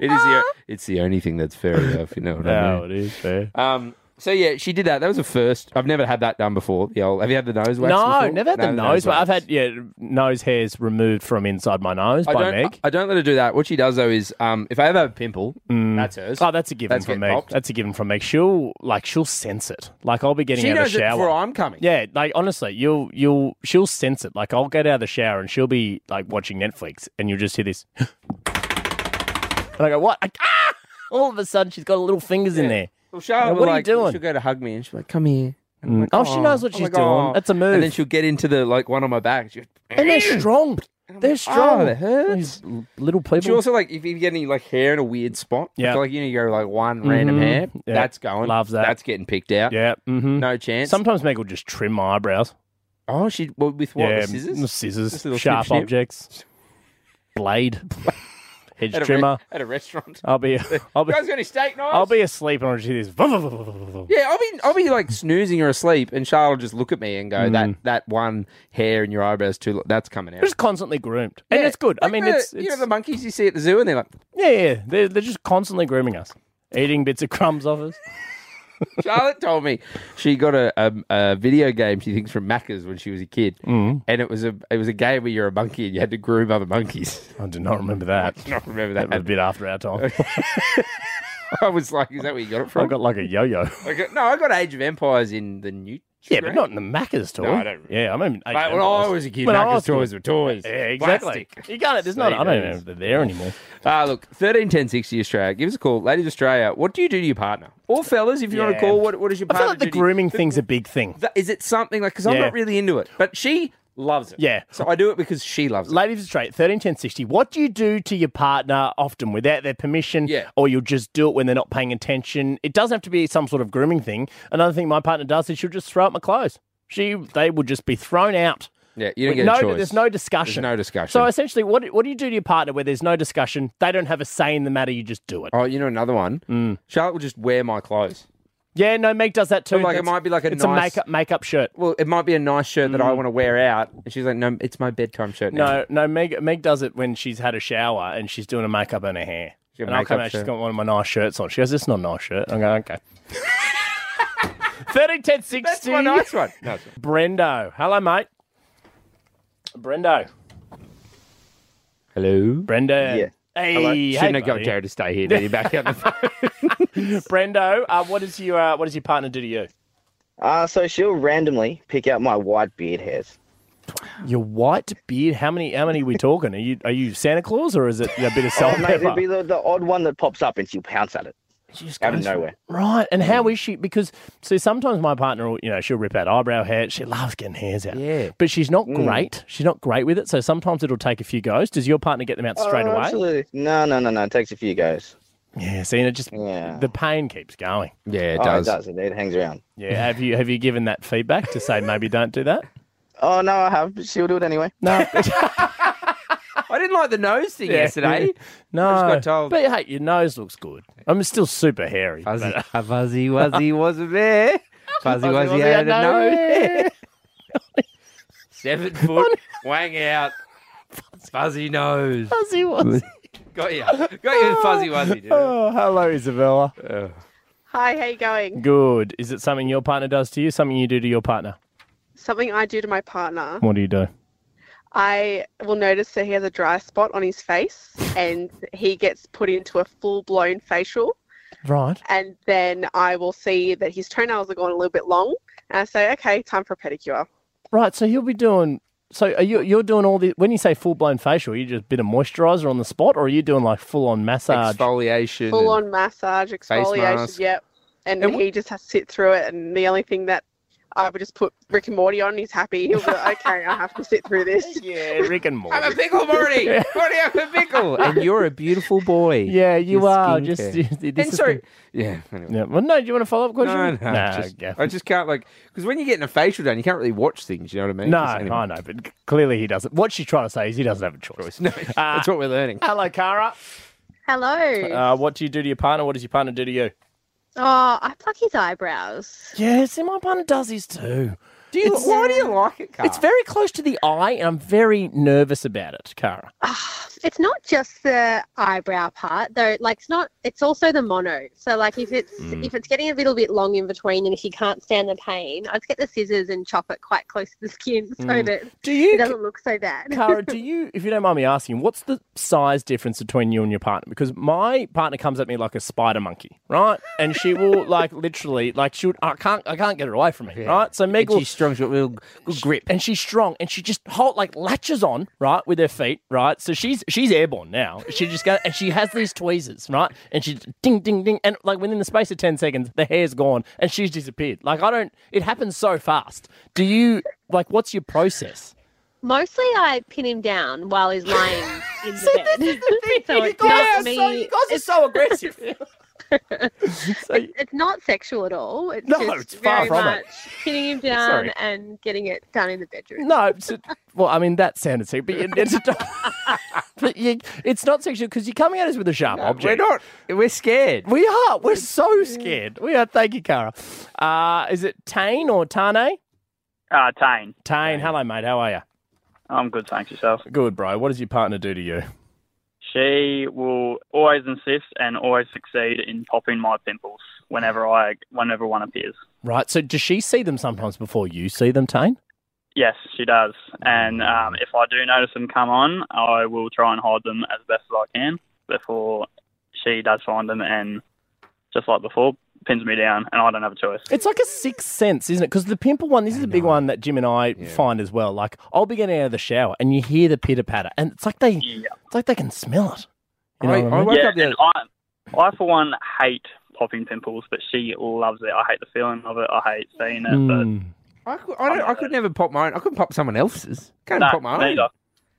Speaker 4: It is the it's the only thing that's fair enough, you know what I
Speaker 5: No,
Speaker 4: mean?
Speaker 5: it is fair.
Speaker 4: Um so yeah, she did that. That was a first. I've never had that done before. The old, have you had the nose wax?
Speaker 5: No,
Speaker 4: before?
Speaker 5: never had the
Speaker 4: No,
Speaker 5: nose. But
Speaker 4: wax.
Speaker 5: I've had yeah nose hairs removed from inside my nose
Speaker 4: I
Speaker 5: by
Speaker 4: don't,
Speaker 5: Meg.
Speaker 4: I don't let her do that. What she does though is, um, if I ever have a pimple,
Speaker 5: Mm.
Speaker 4: that's hers.
Speaker 5: Oh, that's a given
Speaker 4: That's
Speaker 5: from
Speaker 4: getting
Speaker 5: Meg.
Speaker 4: popped.
Speaker 5: That's a given from Meg. She'll like she'll sense it. Like I'll be getting
Speaker 4: She
Speaker 5: out of
Speaker 4: knows
Speaker 5: the
Speaker 4: it
Speaker 5: shower
Speaker 4: before I'm coming.
Speaker 5: Yeah, like honestly, you'll you'll she'll sense it. Like I'll get out of the shower and she'll be like watching Netflix, and you'll just hear this. and I go, what? I- ah! All of a sudden, she's got little fingers in there.
Speaker 4: Well, Charlotte,
Speaker 5: Now,
Speaker 4: will,
Speaker 5: what are you
Speaker 4: like,
Speaker 5: doing?
Speaker 4: She'll go to hug me and she'll be like, "Come here." And I'm
Speaker 5: Mm.
Speaker 4: like,
Speaker 5: Oh, she knows what
Speaker 4: I'm
Speaker 5: she's
Speaker 4: like, "Oh."
Speaker 5: doing. That's a move.
Speaker 4: And then she'll get into the like one on my back. She-
Speaker 5: And they're strong. They're strong.
Speaker 4: that
Speaker 5: hurts. Little people.
Speaker 4: Oh, She also like if you get any like hair in a weird spot. I
Speaker 5: Yeah.
Speaker 4: feel like you know you go like one random
Speaker 5: Mhm.
Speaker 4: hair.
Speaker 5: Yeah.
Speaker 4: That's going.
Speaker 5: Loves that.
Speaker 4: That's getting picked out.
Speaker 5: Yeah. Mm-hmm.
Speaker 4: No chance.
Speaker 5: Sometimes Meg will just trim my eyebrows.
Speaker 4: Oh, she well, with what?
Speaker 5: yeah,
Speaker 4: with scissors.
Speaker 5: with Scissors.
Speaker 4: Just a little
Speaker 5: sharp
Speaker 4: snip, snip.
Speaker 5: objects. Blade. Hedge
Speaker 4: At a re-
Speaker 5: trimmer.
Speaker 4: at a restaurant.
Speaker 5: I'll be. I'll
Speaker 4: You
Speaker 5: be.
Speaker 4: guys got any steak knives?
Speaker 5: I'll be asleep and I'll just hear this. "Vum, vum, vum, vum, vum, vum."
Speaker 4: Yeah, I'll be I'll be like snoozing or asleep, and Charlotte will just look at me and go,
Speaker 5: Mm.
Speaker 4: "That that one hair in your eyebrows too, lo- that's coming out."
Speaker 5: They're just constantly groomed, and
Speaker 4: Yeah,
Speaker 5: it's good. I
Speaker 4: like
Speaker 5: mean,
Speaker 4: the-
Speaker 5: it's,
Speaker 4: you know
Speaker 5: it's-
Speaker 4: the monkeys you see at the zoo, and they're like,
Speaker 5: yeah, yeah. They're, they're just constantly grooming us, eating bits of crumbs off us.
Speaker 4: Charlotte told me she got a, a, a video game she thinks from Macca's when she was a kid,
Speaker 5: Mm.
Speaker 4: and it was a it was a game where you're a monkey and you had to groom other monkeys.
Speaker 5: I do not remember that.
Speaker 4: I do not remember that.
Speaker 5: That was a bit after our time.
Speaker 4: I was like, is that where you got it from?
Speaker 5: I got like a yo-yo.
Speaker 4: I got- no, I got Age of Empires in the new.
Speaker 5: Yeah, but not in the Macca's toy.
Speaker 4: No, I don't.
Speaker 5: Yeah, I mean,
Speaker 4: Mate, when I was a kid, Macca's toys were toys.
Speaker 5: Yeah, exactly.
Speaker 4: Plastic.
Speaker 5: You got it. There's not. I don't know if they're there anymore.
Speaker 4: Ah, look, thirteen ten sixty Australia. Give us a call, ladies of Australia. What do you do to your partner, or fellas, if you want
Speaker 5: Yeah.
Speaker 4: to call? What what is your
Speaker 5: I feel
Speaker 4: partner?
Speaker 5: like the
Speaker 4: do to you-
Speaker 5: grooming thing's a big thing.
Speaker 4: That- Is it something like? Because I'm
Speaker 5: Yeah.
Speaker 4: not really into it, but she loves it.
Speaker 5: Yeah.
Speaker 4: So I do it because she loves it.
Speaker 5: Ladies straight, 13, 10, 60. What do you do to your partner often without their permission? Yeah. Or you'll just do it when they're not paying attention. It doesn't have to be some sort of grooming thing. Another thing my partner does is she'll just throw out my clothes. She they will just be thrown out.
Speaker 4: Yeah, you don't
Speaker 5: With
Speaker 4: get
Speaker 5: no,
Speaker 4: a choice.
Speaker 5: There's no discussion.
Speaker 4: There's no discussion.
Speaker 5: So essentially, what what do you do to your partner where there's no discussion? They don't have a say in the matter. You just do it.
Speaker 4: Oh, you know another one.
Speaker 5: Mm.
Speaker 4: Charlotte will just wear my clothes.
Speaker 5: Yeah, no, Meg does that too.
Speaker 4: But, like, it
Speaker 5: That's-
Speaker 4: might be like a
Speaker 5: it's
Speaker 4: nice-
Speaker 5: a makeup makeup shirt.
Speaker 4: Well, it might be a nice shirt that I want to wear out, and she's like, "No, it's my bedtime shirt." now."
Speaker 5: Mm. No, no, Meg Meg does it when she's had a shower and she's doing her makeup and her hair.
Speaker 4: got
Speaker 5: And I'll come
Speaker 4: makeup
Speaker 5: out, she's
Speaker 4: shirt.
Speaker 5: got one of my nice shirts on. She goes, It's not a nice shirt. I'm going, okay. 30, 10, 60.
Speaker 4: That's my nice one. No, it's not.
Speaker 5: Brendo. Hello, mate. Brendo.
Speaker 4: Hello,
Speaker 5: Brenda.
Speaker 4: Yeah.
Speaker 5: Hey,
Speaker 4: Hello.
Speaker 5: hey,
Speaker 4: shouldn't have got
Speaker 5: buddy.
Speaker 4: Jared to stay here. Then you back out the phone.
Speaker 5: Brendo, uh, what does your uh, what does your partner do to you?
Speaker 15: Uh, so she'll randomly pick out my white beard hairs.
Speaker 5: Your white beard. How many how many are we talking? Are you are you Santa Claus or is it a bit of salt
Speaker 15: Oh,
Speaker 5: and
Speaker 15: mate,
Speaker 5: pepper?
Speaker 15: it'd be the, the odd one that pops up and she'll pounce at it. out of
Speaker 5: goes-
Speaker 15: nowhere.
Speaker 5: Right. And how is she? Because, see, sometimes my partner, will, you know, she'll rip out eyebrow hair. She loves getting hairs out. Yeah. But she's not great. She's not great with it. So sometimes it'll take a few goes. Does your partner get them out straight
Speaker 15: Oh,
Speaker 5: away?
Speaker 15: Absolutely. No, no, no, no. It takes a few goes.
Speaker 5: Yeah. See, and it just, the pain keeps going.
Speaker 4: Yeah,
Speaker 15: it Oh, it does. does, It hangs around.
Speaker 5: Yeah. Have you, have you given that feedback to say maybe don't do that?
Speaker 15: Oh no, I have. But she'll do it anyway.
Speaker 5: No.
Speaker 4: I didn't like the nose thing
Speaker 5: Yeah.
Speaker 4: yesterday.
Speaker 5: No.
Speaker 4: I just got told.
Speaker 5: But hey, your nose looks good. I'm still super hairy.
Speaker 4: Fuzzy,
Speaker 5: but- uh,
Speaker 4: a fuzzy wuzzy wasn't there. Fuzzy wuzzy had a nose. Seven foot, wang out, fuzzy nose.
Speaker 5: Fuzzy wuzzy.
Speaker 4: Got you. Got you, fuzzy wuzzy. Dude.
Speaker 5: Oh, hello, Isabella.
Speaker 11: Hi, how you going?
Speaker 5: Good. Is it something your partner does to you? Something you do to your partner?
Speaker 11: Something I do to my partner.
Speaker 5: What do you do?
Speaker 11: I will notice that he has a dry spot on his face and he gets put into a full blown facial.
Speaker 5: Right.
Speaker 11: And then I will see that his toenails are gone a little bit long. And I say, okay, time for a pedicure.
Speaker 5: Right, so he'll be doing. So are you you're doing all the when you say full blown facial, you just bit of moisturizer on the spot, or are you doing like full on massage,
Speaker 4: exfoliation?
Speaker 11: Full on massage, exfoliation.
Speaker 5: mask.
Speaker 11: Yep. And,
Speaker 5: And wh-
Speaker 11: he just has to sit through it. And the only thing that I would just put Rick and Morty on, he's happy. He'll be like, okay, I have to sit through this.
Speaker 5: yeah, Rick and Morty.
Speaker 4: I'm a pickle, Morty. Morty, I'm a pickle. And you're a beautiful boy.
Speaker 5: Yeah, you
Speaker 4: Your
Speaker 5: are.
Speaker 4: skincare.
Speaker 5: Just this
Speaker 4: and
Speaker 5: is
Speaker 4: sorry.
Speaker 5: the-
Speaker 4: Yeah. Anyway.
Speaker 5: yeah. Well, no, do you want to follow up question?
Speaker 4: No, no,
Speaker 5: Nah,
Speaker 4: just-
Speaker 5: yeah.
Speaker 4: I just can't like because when you're getting a facial done, you can't really watch things. You know what I mean?
Speaker 5: No,
Speaker 4: Just anyway.
Speaker 5: I know, but clearly he doesn't. What she's trying to say is he doesn't have a choice. No,
Speaker 4: that's what we're learning.
Speaker 5: Hello, Cara.
Speaker 16: Hello.
Speaker 5: Uh, what do you do to your partner? What does your partner do to you?
Speaker 16: oh, I pluck his eyebrows.
Speaker 5: Yeah, see, my partner does his too.
Speaker 4: Do you?
Speaker 5: It's-
Speaker 4: why do you like it, Carl?
Speaker 5: It's very close to the eye, and I'm very nervous about it, Cara.
Speaker 16: Ah, It's not just the eyebrow part though. Like it's not. It's also the mono. So like if it's
Speaker 5: Mm.
Speaker 16: if it's getting a little bit long in between, and if you can't stand the pain, I'd get the scissors and chop it quite close to the skin so
Speaker 5: Mm.
Speaker 16: that
Speaker 5: Do you-
Speaker 16: it doesn't look so bad.
Speaker 5: Cara, do you, if you don't mind me asking, what's the size difference between you and your partner? Because my partner comes at me like a spider monkey, right? And she will like literally, like she, I can't, I can't get her away from me, right? So Meg,
Speaker 4: And
Speaker 5: will,
Speaker 4: she's strong, she's got real good grip,
Speaker 5: and she's strong, and she just hold like latches on, right, with her feet, right. So she's she's airborne now. She just goes, and she has these tweezers, right, and she ding, ding, ding, and like within the space of ten seconds, the hair's gone, and she's disappeared. Like I don't, it happens so fast. Do you like? What's your process?
Speaker 16: Mostly, I pin him down while he's lying in the
Speaker 5: See,
Speaker 16: bed. so
Speaker 5: You
Speaker 16: it's
Speaker 5: guys
Speaker 16: not
Speaker 5: are
Speaker 16: me.
Speaker 5: so- you guys are so aggressive.
Speaker 16: it's, it's not sexual at all. It's
Speaker 5: No,
Speaker 16: just
Speaker 5: it's far
Speaker 16: very
Speaker 5: from
Speaker 16: much
Speaker 5: it.
Speaker 16: pinning him down
Speaker 5: Sorry.
Speaker 16: and getting it done in the bedroom.
Speaker 5: No, it's a- well, I mean that sounded sick, but, you, it's, but you, it's not sexual because you're coming at us with a sharp object.
Speaker 4: we're not. We're scared.
Speaker 5: We are. We're so scared. We are. Thank you, Cara. Uh, is it Tane or Tane?
Speaker 17: Uh, Tane.
Speaker 5: Tane. Hello, mate. How are you?
Speaker 17: I'm good, thanks yourself.
Speaker 5: Good, bro. What does your partner do to you?
Speaker 17: She will always insist and always succeed in popping my pimples whenever I whenever one appears.
Speaker 5: Right. So does she see them sometimes before you see them, Tane?
Speaker 17: Yes, she does. And um, if I do notice them come on, I will try and hide them as best as I can before she does find them and just like before pins me down and I don't have a choice.
Speaker 5: It's like a sixth sense, isn't it? Because the pimple one, this is a big one that Jim and I find as well. Like I'll be getting out of the shower and you hear the pitter patter, and it's like they, it's like they can smell it. You know
Speaker 17: I,
Speaker 5: what I mean?
Speaker 17: yeah, and I, I for one hate popping pimples, but she loves it. I hate the feeling of it. I hate seeing it.
Speaker 5: Mm.
Speaker 4: I, cou- I, don't, I could never pop my own. I couldn't pop someone else's.
Speaker 17: But
Speaker 4: Can't
Speaker 17: no,
Speaker 4: pop my
Speaker 17: me
Speaker 4: own.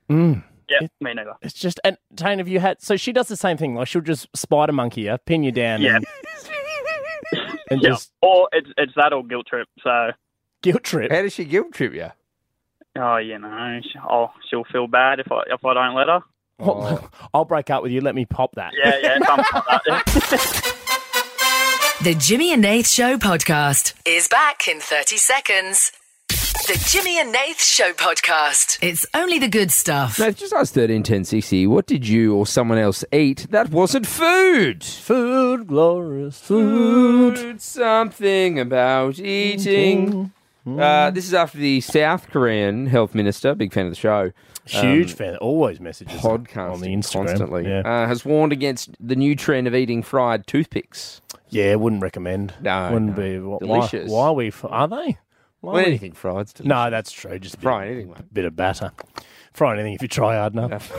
Speaker 17: neither.
Speaker 5: Mm.
Speaker 17: Yeah, me neither.
Speaker 5: It's just and Tane, have you had? So she does the same thing. Like she'll just spider monkey you, pin you down,
Speaker 17: Yeah.
Speaker 5: and, and
Speaker 17: Yeah,
Speaker 5: just
Speaker 17: or it's it's that or guilt trip. So
Speaker 5: guilt trip.
Speaker 4: How does she guilt trip you?
Speaker 17: oh, you know, she, oh, she'll feel bad if I if I don't let her.
Speaker 5: What- I'll break up with you. Let me pop that.
Speaker 17: Yeah, yeah, something like that.
Speaker 2: The Jimmy and Nath Show podcast.
Speaker 3: Is back in 30 seconds. The Jimmy and Nath Show podcast.
Speaker 2: It's only the good stuff.
Speaker 4: No, just ask 13, 10, 60. What did you or someone else eat that wasn't food?
Speaker 5: Food, glorious
Speaker 4: food. something about eating.
Speaker 5: Mm-hmm.
Speaker 4: Uh, this is after the South Korean health minister, big fan of the show.
Speaker 5: Huge
Speaker 4: um,
Speaker 5: fan. Always messages
Speaker 4: Podcasting
Speaker 5: on the Instagram.
Speaker 4: constantly,
Speaker 5: Yeah.
Speaker 4: uh, has warned against the new trend of eating fried toothpicks.
Speaker 5: Yeah, wouldn't recommend.
Speaker 4: No,
Speaker 5: Wouldn't
Speaker 4: no.
Speaker 5: be why-
Speaker 4: delicious.
Speaker 5: Why, are we? f- Are they? Why
Speaker 4: Well,
Speaker 5: we-
Speaker 4: anything fried's delicious.
Speaker 5: No, that's true. Just fry
Speaker 4: anything, mate.
Speaker 5: Bit of batter. Fry anything if you try hard enough.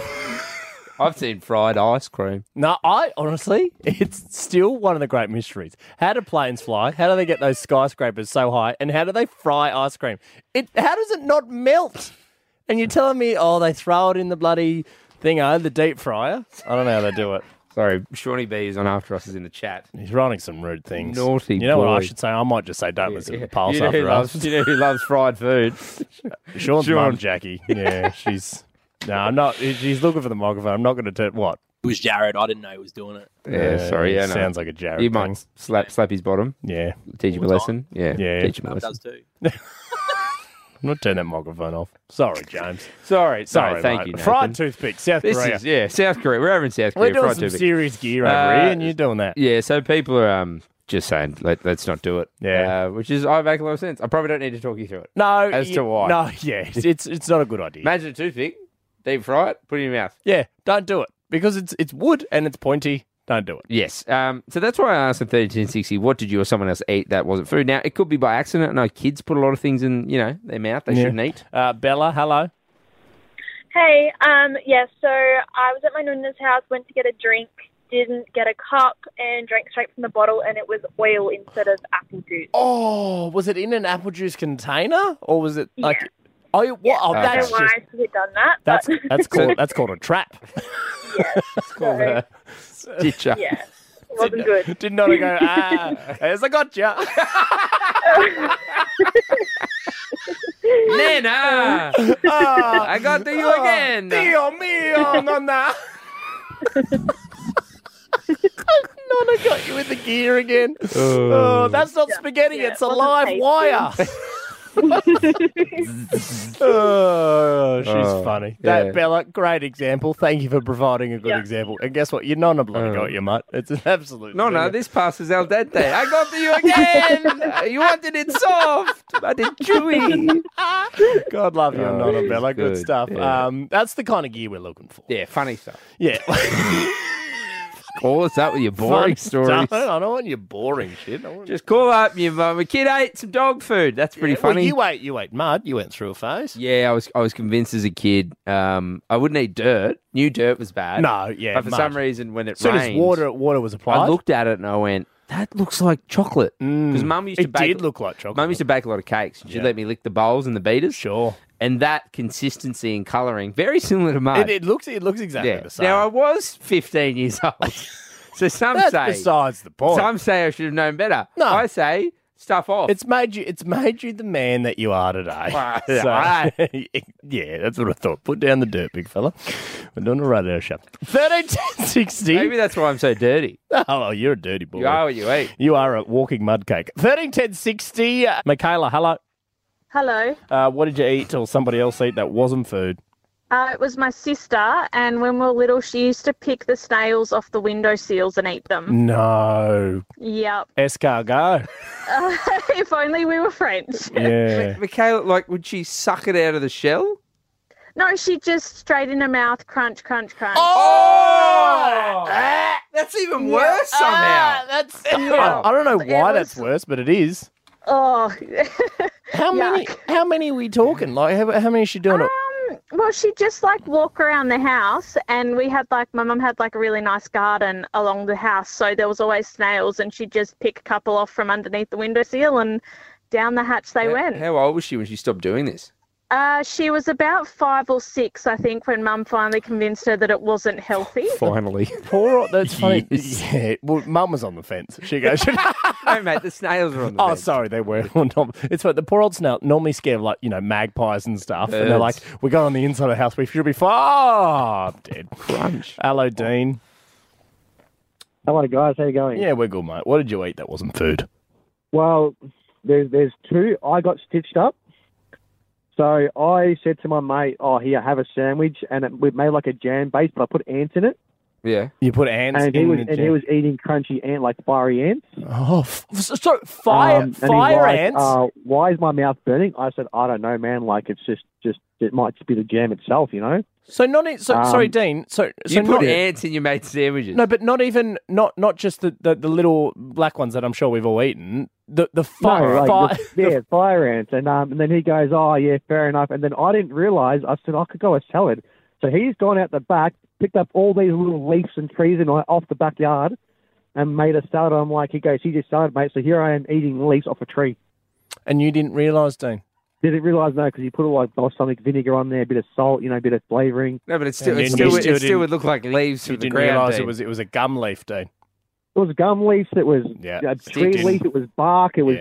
Speaker 4: I've seen fried ice cream.
Speaker 5: No, I honestly, it's still one of the great mysteries. How do planes fly? How do they get those skyscrapers so high? And how do they fry ice cream? It how does it not melt? And you're telling me, oh, they throw it in the bloody thing, oh, the deep fryer? I don't know how they do it.
Speaker 4: Sorry, Shawnee B is on after us. Is in the chat.
Speaker 5: He's writing some rude things.
Speaker 4: Naughty
Speaker 5: You know what I
Speaker 4: boy.
Speaker 5: should say? I might just say, don't listen to the pulse
Speaker 4: You know who
Speaker 5: after us.
Speaker 4: loves- you know who loves fried food?
Speaker 5: Sean's
Speaker 4: Sean.
Speaker 5: mum, Jackie. Yeah, she's. No, I'm not. She's looking for the microphone. I'm not going to turn. What? Uh,
Speaker 18: It was Jared. I didn't know he was doing it.
Speaker 4: Yeah, sorry. Yeah, no.
Speaker 5: sounds like a Jared
Speaker 4: You
Speaker 5: thing.
Speaker 4: might slap slap his bottom.
Speaker 5: Yeah,
Speaker 4: teach him a lesson. Yeah,
Speaker 5: Yeah.
Speaker 4: teach him a
Speaker 5: That
Speaker 4: lesson.
Speaker 18: Does too.
Speaker 5: I'm not turning that microphone off. Sorry, James.
Speaker 4: Sorry, sorry.
Speaker 5: Sorry,
Speaker 4: thank
Speaker 5: mate.
Speaker 4: you. Nathan.
Speaker 5: Fried toothpicks, South
Speaker 4: This
Speaker 5: Korea.
Speaker 4: is- yeah, South Korea. We're over in South
Speaker 5: We're
Speaker 4: Korea.
Speaker 5: doing
Speaker 4: fried Uh,
Speaker 5: some
Speaker 4: toothpicks.
Speaker 5: serious gear over here, and you're doing that.
Speaker 4: Yeah, so people are um just saying let, let's not do it. Yeah, uh, which is I make a lot of sense. I probably don't need to talk you through it.
Speaker 5: No,
Speaker 4: as
Speaker 5: you-
Speaker 4: to why.
Speaker 5: No, yeah, it's- it's it's not a good idea.
Speaker 4: Imagine a toothpick, deep fry it, put it in your mouth.
Speaker 5: Yeah, don't do it because it's it's wood and it's pointy. Don't do it.
Speaker 4: Yes. Um, so that's why I asked in 301060, what did you or someone else eat that wasn't food? Now, it could be by accident. I know kids put a lot of things in, you know, their mouth they
Speaker 5: Yeah.
Speaker 4: shouldn't eat.
Speaker 5: Uh, Bella, hello.
Speaker 19: Hey, um, yeah, so I was at my nonna's house, went to get a drink, didn't get a cup, and drank straight from the bottle, and it was oil instead of apple juice.
Speaker 5: Oh, was it in an apple juice container or was it like? Oh, you- what? Oh,
Speaker 19: I
Speaker 5: that's
Speaker 19: don't know why
Speaker 5: just
Speaker 19: I should have done that.
Speaker 5: that's
Speaker 19: but-
Speaker 5: that's called that's called a trap. it's called
Speaker 19: so-
Speaker 5: a stitcher.
Speaker 19: yeah, it wasn't good.
Speaker 5: Didn't know to go. Ah, as I got you.
Speaker 4: Nena!
Speaker 5: Ah.
Speaker 4: I got to
Speaker 5: Oh,
Speaker 4: you again!
Speaker 5: Tio mio, nonna. Nonna got you with the gear again.
Speaker 4: Oh.
Speaker 5: Oh, that's not spaghetti, it's a live wire. oh, she's
Speaker 4: Oh,
Speaker 5: funny.
Speaker 4: yeah.
Speaker 5: That Bella, great example. Thank you for providing a good example. And guess what? Your nonna bloody got you, mutt. It's an absolute.
Speaker 4: No, no,
Speaker 5: zinger.
Speaker 4: this passes al dente. I got to you again! you wanted it soft, but it chewy.
Speaker 5: God love you,
Speaker 4: Oh,
Speaker 5: nonna
Speaker 4: she's
Speaker 5: Bella. Good,
Speaker 4: good,
Speaker 5: stuff.
Speaker 4: yeah.
Speaker 5: Um, that's the kind of gear we're looking for.
Speaker 4: Yeah, funny stuff.
Speaker 5: Yeah.
Speaker 4: Call us up with your boring stories.
Speaker 5: Don't, I don't want your boring shit. I want
Speaker 4: Just call up your mum. A kid ate some dog food. That's pretty
Speaker 5: Well,
Speaker 4: funny.
Speaker 5: you ate you ate mud. You went through a phase.
Speaker 4: Yeah, I was I was convinced as a kid. Um, I wouldn't eat dirt. Knew dirt was bad.
Speaker 5: No, yeah,
Speaker 4: But for
Speaker 5: mud.
Speaker 4: some reason, when it
Speaker 5: As soon as
Speaker 4: rained,
Speaker 5: water water was applied, Mm.
Speaker 4: I looked at it and I went, "That looks like chocolate." Because mum used to
Speaker 5: It
Speaker 4: bake.
Speaker 5: did look like chocolate.
Speaker 4: Mum used to bake a lot of cakes. and She'd
Speaker 5: Yeah.
Speaker 4: let me lick the bowls and the beaters.
Speaker 5: Sure.
Speaker 4: And that consistency and colouring, very similar to mud.
Speaker 5: It, it looks it looks exactly
Speaker 4: Yeah.
Speaker 5: the same.
Speaker 4: Now I was 15 years old, so some
Speaker 5: That's
Speaker 4: say
Speaker 5: besides the point.
Speaker 4: Some say I should have known better. No, I say stuff off.
Speaker 5: it's made you it's made you the man that you are today.
Speaker 4: Wow.
Speaker 5: yeah, that's what I thought. Put down the dirt, big fella. We're doing a radio show. 13, 10, 60.
Speaker 4: Maybe that's why I'm so dirty.
Speaker 5: Oh, you're a dirty boy.
Speaker 4: You are what you eat.
Speaker 5: You are a walking mud cake. 13, 10, 60. Uh, Michaela, hello.
Speaker 20: Hello.
Speaker 5: Uh, what did you eat or somebody else eat that wasn't food?
Speaker 19: Uh, it was my sister, and when we were little, she used to pick the snails off the window sills and eat them.
Speaker 5: No.
Speaker 19: Yep.
Speaker 5: Escargot.
Speaker 19: Uh, if only we were French.
Speaker 5: Yeah.
Speaker 4: Michaela, like, would she suck it out of the shell?
Speaker 19: No, she just straight in her mouth, crunch, crunch, crunch.
Speaker 4: Oh! That's even worse
Speaker 19: Ah.
Speaker 4: somehow.
Speaker 5: that's I, I don't know why that's worse, but it is.
Speaker 19: Oh.
Speaker 5: How many? How many are we talking? Like, how, how many is she doing?
Speaker 10: Ah.
Speaker 5: it?
Speaker 19: Um, Well, she just like walk around the house, and we had like my mum had like a really nice garden along the house, so there was always snails, and she'd just pick a couple off from underneath the window sill, and down the hatch they went.
Speaker 4: How old was she when she stopped doing this?
Speaker 19: Uh, she was about five or six, I think, when mum finally convinced her that it wasn't healthy.
Speaker 4: Finally.
Speaker 5: Poor. That's funny. Yeah. Well, Mum was on the fence. She goes.
Speaker 4: no, mate, the snails are on the
Speaker 5: Oh, sorry, they were. Well, no, it's like the poor old snail normally scared of like you know magpies and stuff, and they're like,
Speaker 4: Birds.
Speaker 5: "We're going on the inside of the house. We should be far oh, dead." Crunch.
Speaker 20: Oh,
Speaker 5: Hello, Dean.
Speaker 20: Hello, guys. How you going?
Speaker 5: Yeah, we're good, mate. What did you eat that wasn't food?
Speaker 20: Well, there's there's two. I got stitched up, so I said to my mate, "Oh, here, have a sandwich," and it, we made like a jam base, but I put ants in it,
Speaker 4: Yeah.
Speaker 5: You put ants
Speaker 20: and he
Speaker 5: in
Speaker 20: was
Speaker 5: the
Speaker 20: and he
Speaker 5: jam.
Speaker 20: was eating crunchy ant like fiery ants.
Speaker 5: Oh, f- so fire,
Speaker 20: Um, and he
Speaker 5: fire
Speaker 20: was,
Speaker 5: ants.
Speaker 20: Uh, Why is my mouth burning? I said, "I don't know, man. Like it's just just it might just be the jam itself, you know."
Speaker 5: so not e- so, sorry,
Speaker 20: um,
Speaker 5: Dean. So so
Speaker 4: You
Speaker 5: not, e,
Speaker 4: put ants in your mate's sandwiches.
Speaker 5: No, but not even not not just the, the, the little black ones that I'm sure we've all eaten. The
Speaker 20: No,
Speaker 5: the fire,
Speaker 20: like
Speaker 5: fire.
Speaker 20: the- yeah, fire ants, and um, and then he goes, "Oh yeah, fair enough." And then I didn't realize. I said I could go a salad. So he's gone out the back, picked up all these little leaves and trees and off the backyard, and made a salad. I'm like, he goes, "He just salad, mate." So here I am eating leaves off a tree.
Speaker 5: And you didn't realise, Dean?
Speaker 20: Didn't realize no, because he put all like balsamic vinegar on there, a bit of salt, you know, a bit of flavoring.
Speaker 4: No, but it's still,
Speaker 5: And
Speaker 4: it
Speaker 5: then
Speaker 4: still,
Speaker 5: you
Speaker 4: it
Speaker 5: still
Speaker 4: still would
Speaker 5: didn't-
Speaker 4: look like leaves
Speaker 5: You
Speaker 4: from the
Speaker 5: didn't
Speaker 4: ground.
Speaker 5: realise
Speaker 4: Dean.
Speaker 5: it was it was a gum leaf, Dean.
Speaker 20: It was gum leaves. It was
Speaker 5: Yeah,
Speaker 20: uh,
Speaker 5: see,
Speaker 20: tree
Speaker 5: didn't-
Speaker 20: leaf. It was bark. It was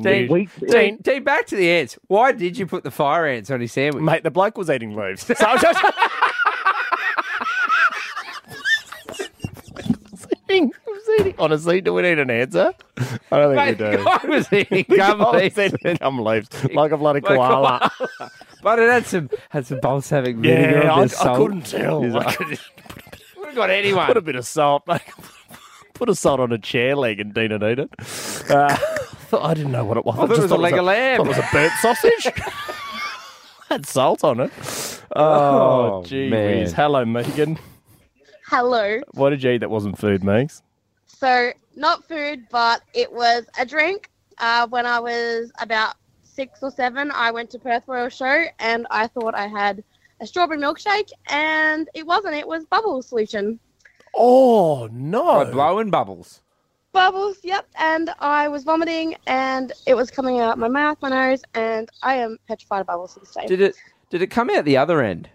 Speaker 4: Dean,
Speaker 20: wheat.
Speaker 4: Dean, Dean, back to the ants. Why did you put the fire ants on his sandwich?
Speaker 5: Mate, the bloke was eating leaves. So I was just- Eating- I was eating- Honestly, do we need an answer? I don't think we do.
Speaker 4: Mate, the guy was eating
Speaker 5: The
Speaker 4: gum
Speaker 5: guy was
Speaker 4: leaves.
Speaker 5: eating gum leaves, like a bloody
Speaker 4: Like a
Speaker 5: koala.
Speaker 4: But it had some had some balsamic vinegar
Speaker 5: Yeah,
Speaker 4: on
Speaker 5: I,
Speaker 4: this
Speaker 5: I
Speaker 4: salt.
Speaker 5: couldn't tell.
Speaker 4: He's
Speaker 5: I
Speaker 4: like,
Speaker 5: couldn't-
Speaker 4: Would have got anyone.
Speaker 5: Put a bit of salt. mate. Put a salt on a chair leg, and Dean would eat it. Uh, I didn't know what it was.
Speaker 4: I thought it
Speaker 5: just
Speaker 4: was a leg of lamb.
Speaker 5: Thought it was a burnt sausage. Had salt on it. Oh,
Speaker 4: Oh,
Speaker 5: gee
Speaker 4: man.
Speaker 5: whiz. Hello, Megan.
Speaker 21: Hello.
Speaker 5: What did you eat that wasn't food, Megs?
Speaker 21: So, not food, but it was a drink. Uh, when I was about six or seven, I went to Perth Royal Show and I thought I had a strawberry milkshake, and it wasn't. It was bubble solution.
Speaker 5: Oh no!
Speaker 4: By blowing bubbles.
Speaker 21: Bubbles, yep. And I was vomiting and it was coming out my mouth, my nose, and I am petrified of bubbles to this day.
Speaker 4: Did it? Did it come out the other end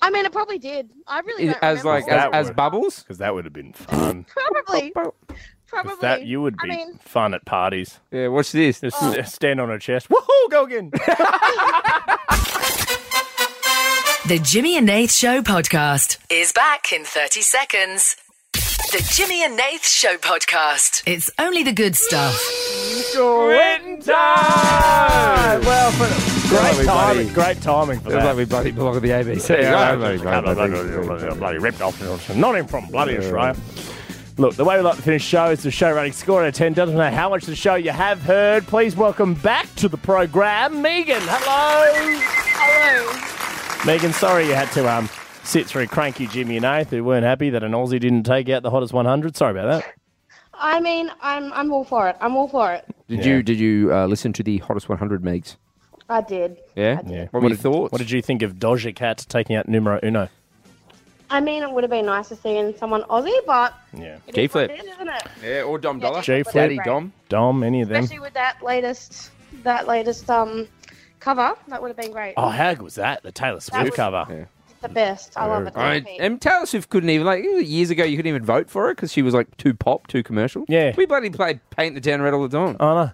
Speaker 21: I mean, it probably did. I really
Speaker 4: Is-
Speaker 21: don't
Speaker 4: as
Speaker 21: remember.
Speaker 4: like as, as bubbles?
Speaker 5: Because that would have been fun.
Speaker 21: Probably.
Speaker 5: 'Cause
Speaker 21: Probably.
Speaker 5: That you would
Speaker 21: I
Speaker 5: be
Speaker 21: mean- Oh.
Speaker 5: fun at parties.
Speaker 4: Yeah, what's this?
Speaker 5: Just st- stand on her chest. Woohoo! Go again.
Speaker 8: The Jimmy and Nath Show podcast.
Speaker 3: Is back in 30 seconds. The Jimmy and Nath Show podcast.
Speaker 8: It's only the good stuff.
Speaker 4: Ah, Well,
Speaker 5: Great
Speaker 4: Hello, everybody.
Speaker 5: timing. Great timing for
Speaker 4: Sounds
Speaker 5: that.
Speaker 4: like we bloody belong at the ABC.
Speaker 5: Bloody ripped off. Not even from bloody Australia. Look, the way we like to finish show is the show rating score out of 10. Doesn't matter how much of the show you have heard. Please welcome back to the program, Megan. Hello.
Speaker 21: Hello.
Speaker 5: Megan, sorry you had to um, sit through cranky Jimmy and Nath who weren't happy that an Aussie didn't take out the hottest 100. Sorry about that.
Speaker 21: I mean, I'm I'm all for it. I'm all for it.
Speaker 4: Did you did you uh, listen to the hottest 100 megs?
Speaker 21: I did.
Speaker 4: Yeah.
Speaker 5: yeah.
Speaker 4: What were your
Speaker 5: did-
Speaker 4: thoughts?
Speaker 5: What did you think of Doja Cat taking out numero uno?
Speaker 21: I mean, it would have been nice to see someone Aussie, but
Speaker 5: Yeah.
Speaker 21: it is
Speaker 5: G Flip.
Speaker 21: what it is, isn't it?
Speaker 4: Yeah, or Dom Dollar.
Speaker 5: G Flip.
Speaker 21: Daddy Dom.
Speaker 5: Dom, any of them.
Speaker 21: Especially with that latest that latest um cover, that would have been great.
Speaker 5: Oh, how good was that? The Taylor Swift
Speaker 21: was-
Speaker 5: cover.
Speaker 21: It's the best. I love it.
Speaker 4: I, and Taylor Swift couldn't even like years ago. You couldn't even vote for her because she was like too pop, too commercial. Yeah, we bloody play paint the town red all the time.
Speaker 5: Oh no.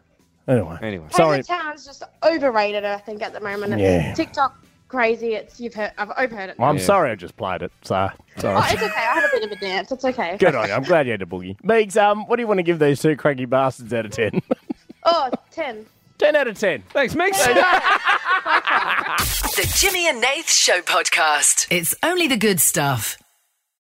Speaker 5: Anyway,
Speaker 4: anyway,
Speaker 21: Taylor Town's just overrated, I think, at the moment. It's
Speaker 5: Yeah.
Speaker 21: TikTok crazy. It's you've heard. I've overheard it.
Speaker 5: I'm
Speaker 21: now.
Speaker 5: sorry I just played it. So,
Speaker 21: Oh,
Speaker 5: sorry.
Speaker 21: it's okay. I had a bit of a dance. It's okay.
Speaker 5: good on you. I'm glad you had a boogie. Meeks, um, what do you want to give these two cranky bastards out of 10?
Speaker 21: Oh, 10.
Speaker 5: 10 out of 10.
Speaker 4: Thanks, Meeks.
Speaker 22: The Jimmy and Nath Show Podcast.
Speaker 3: It's only the good stuff.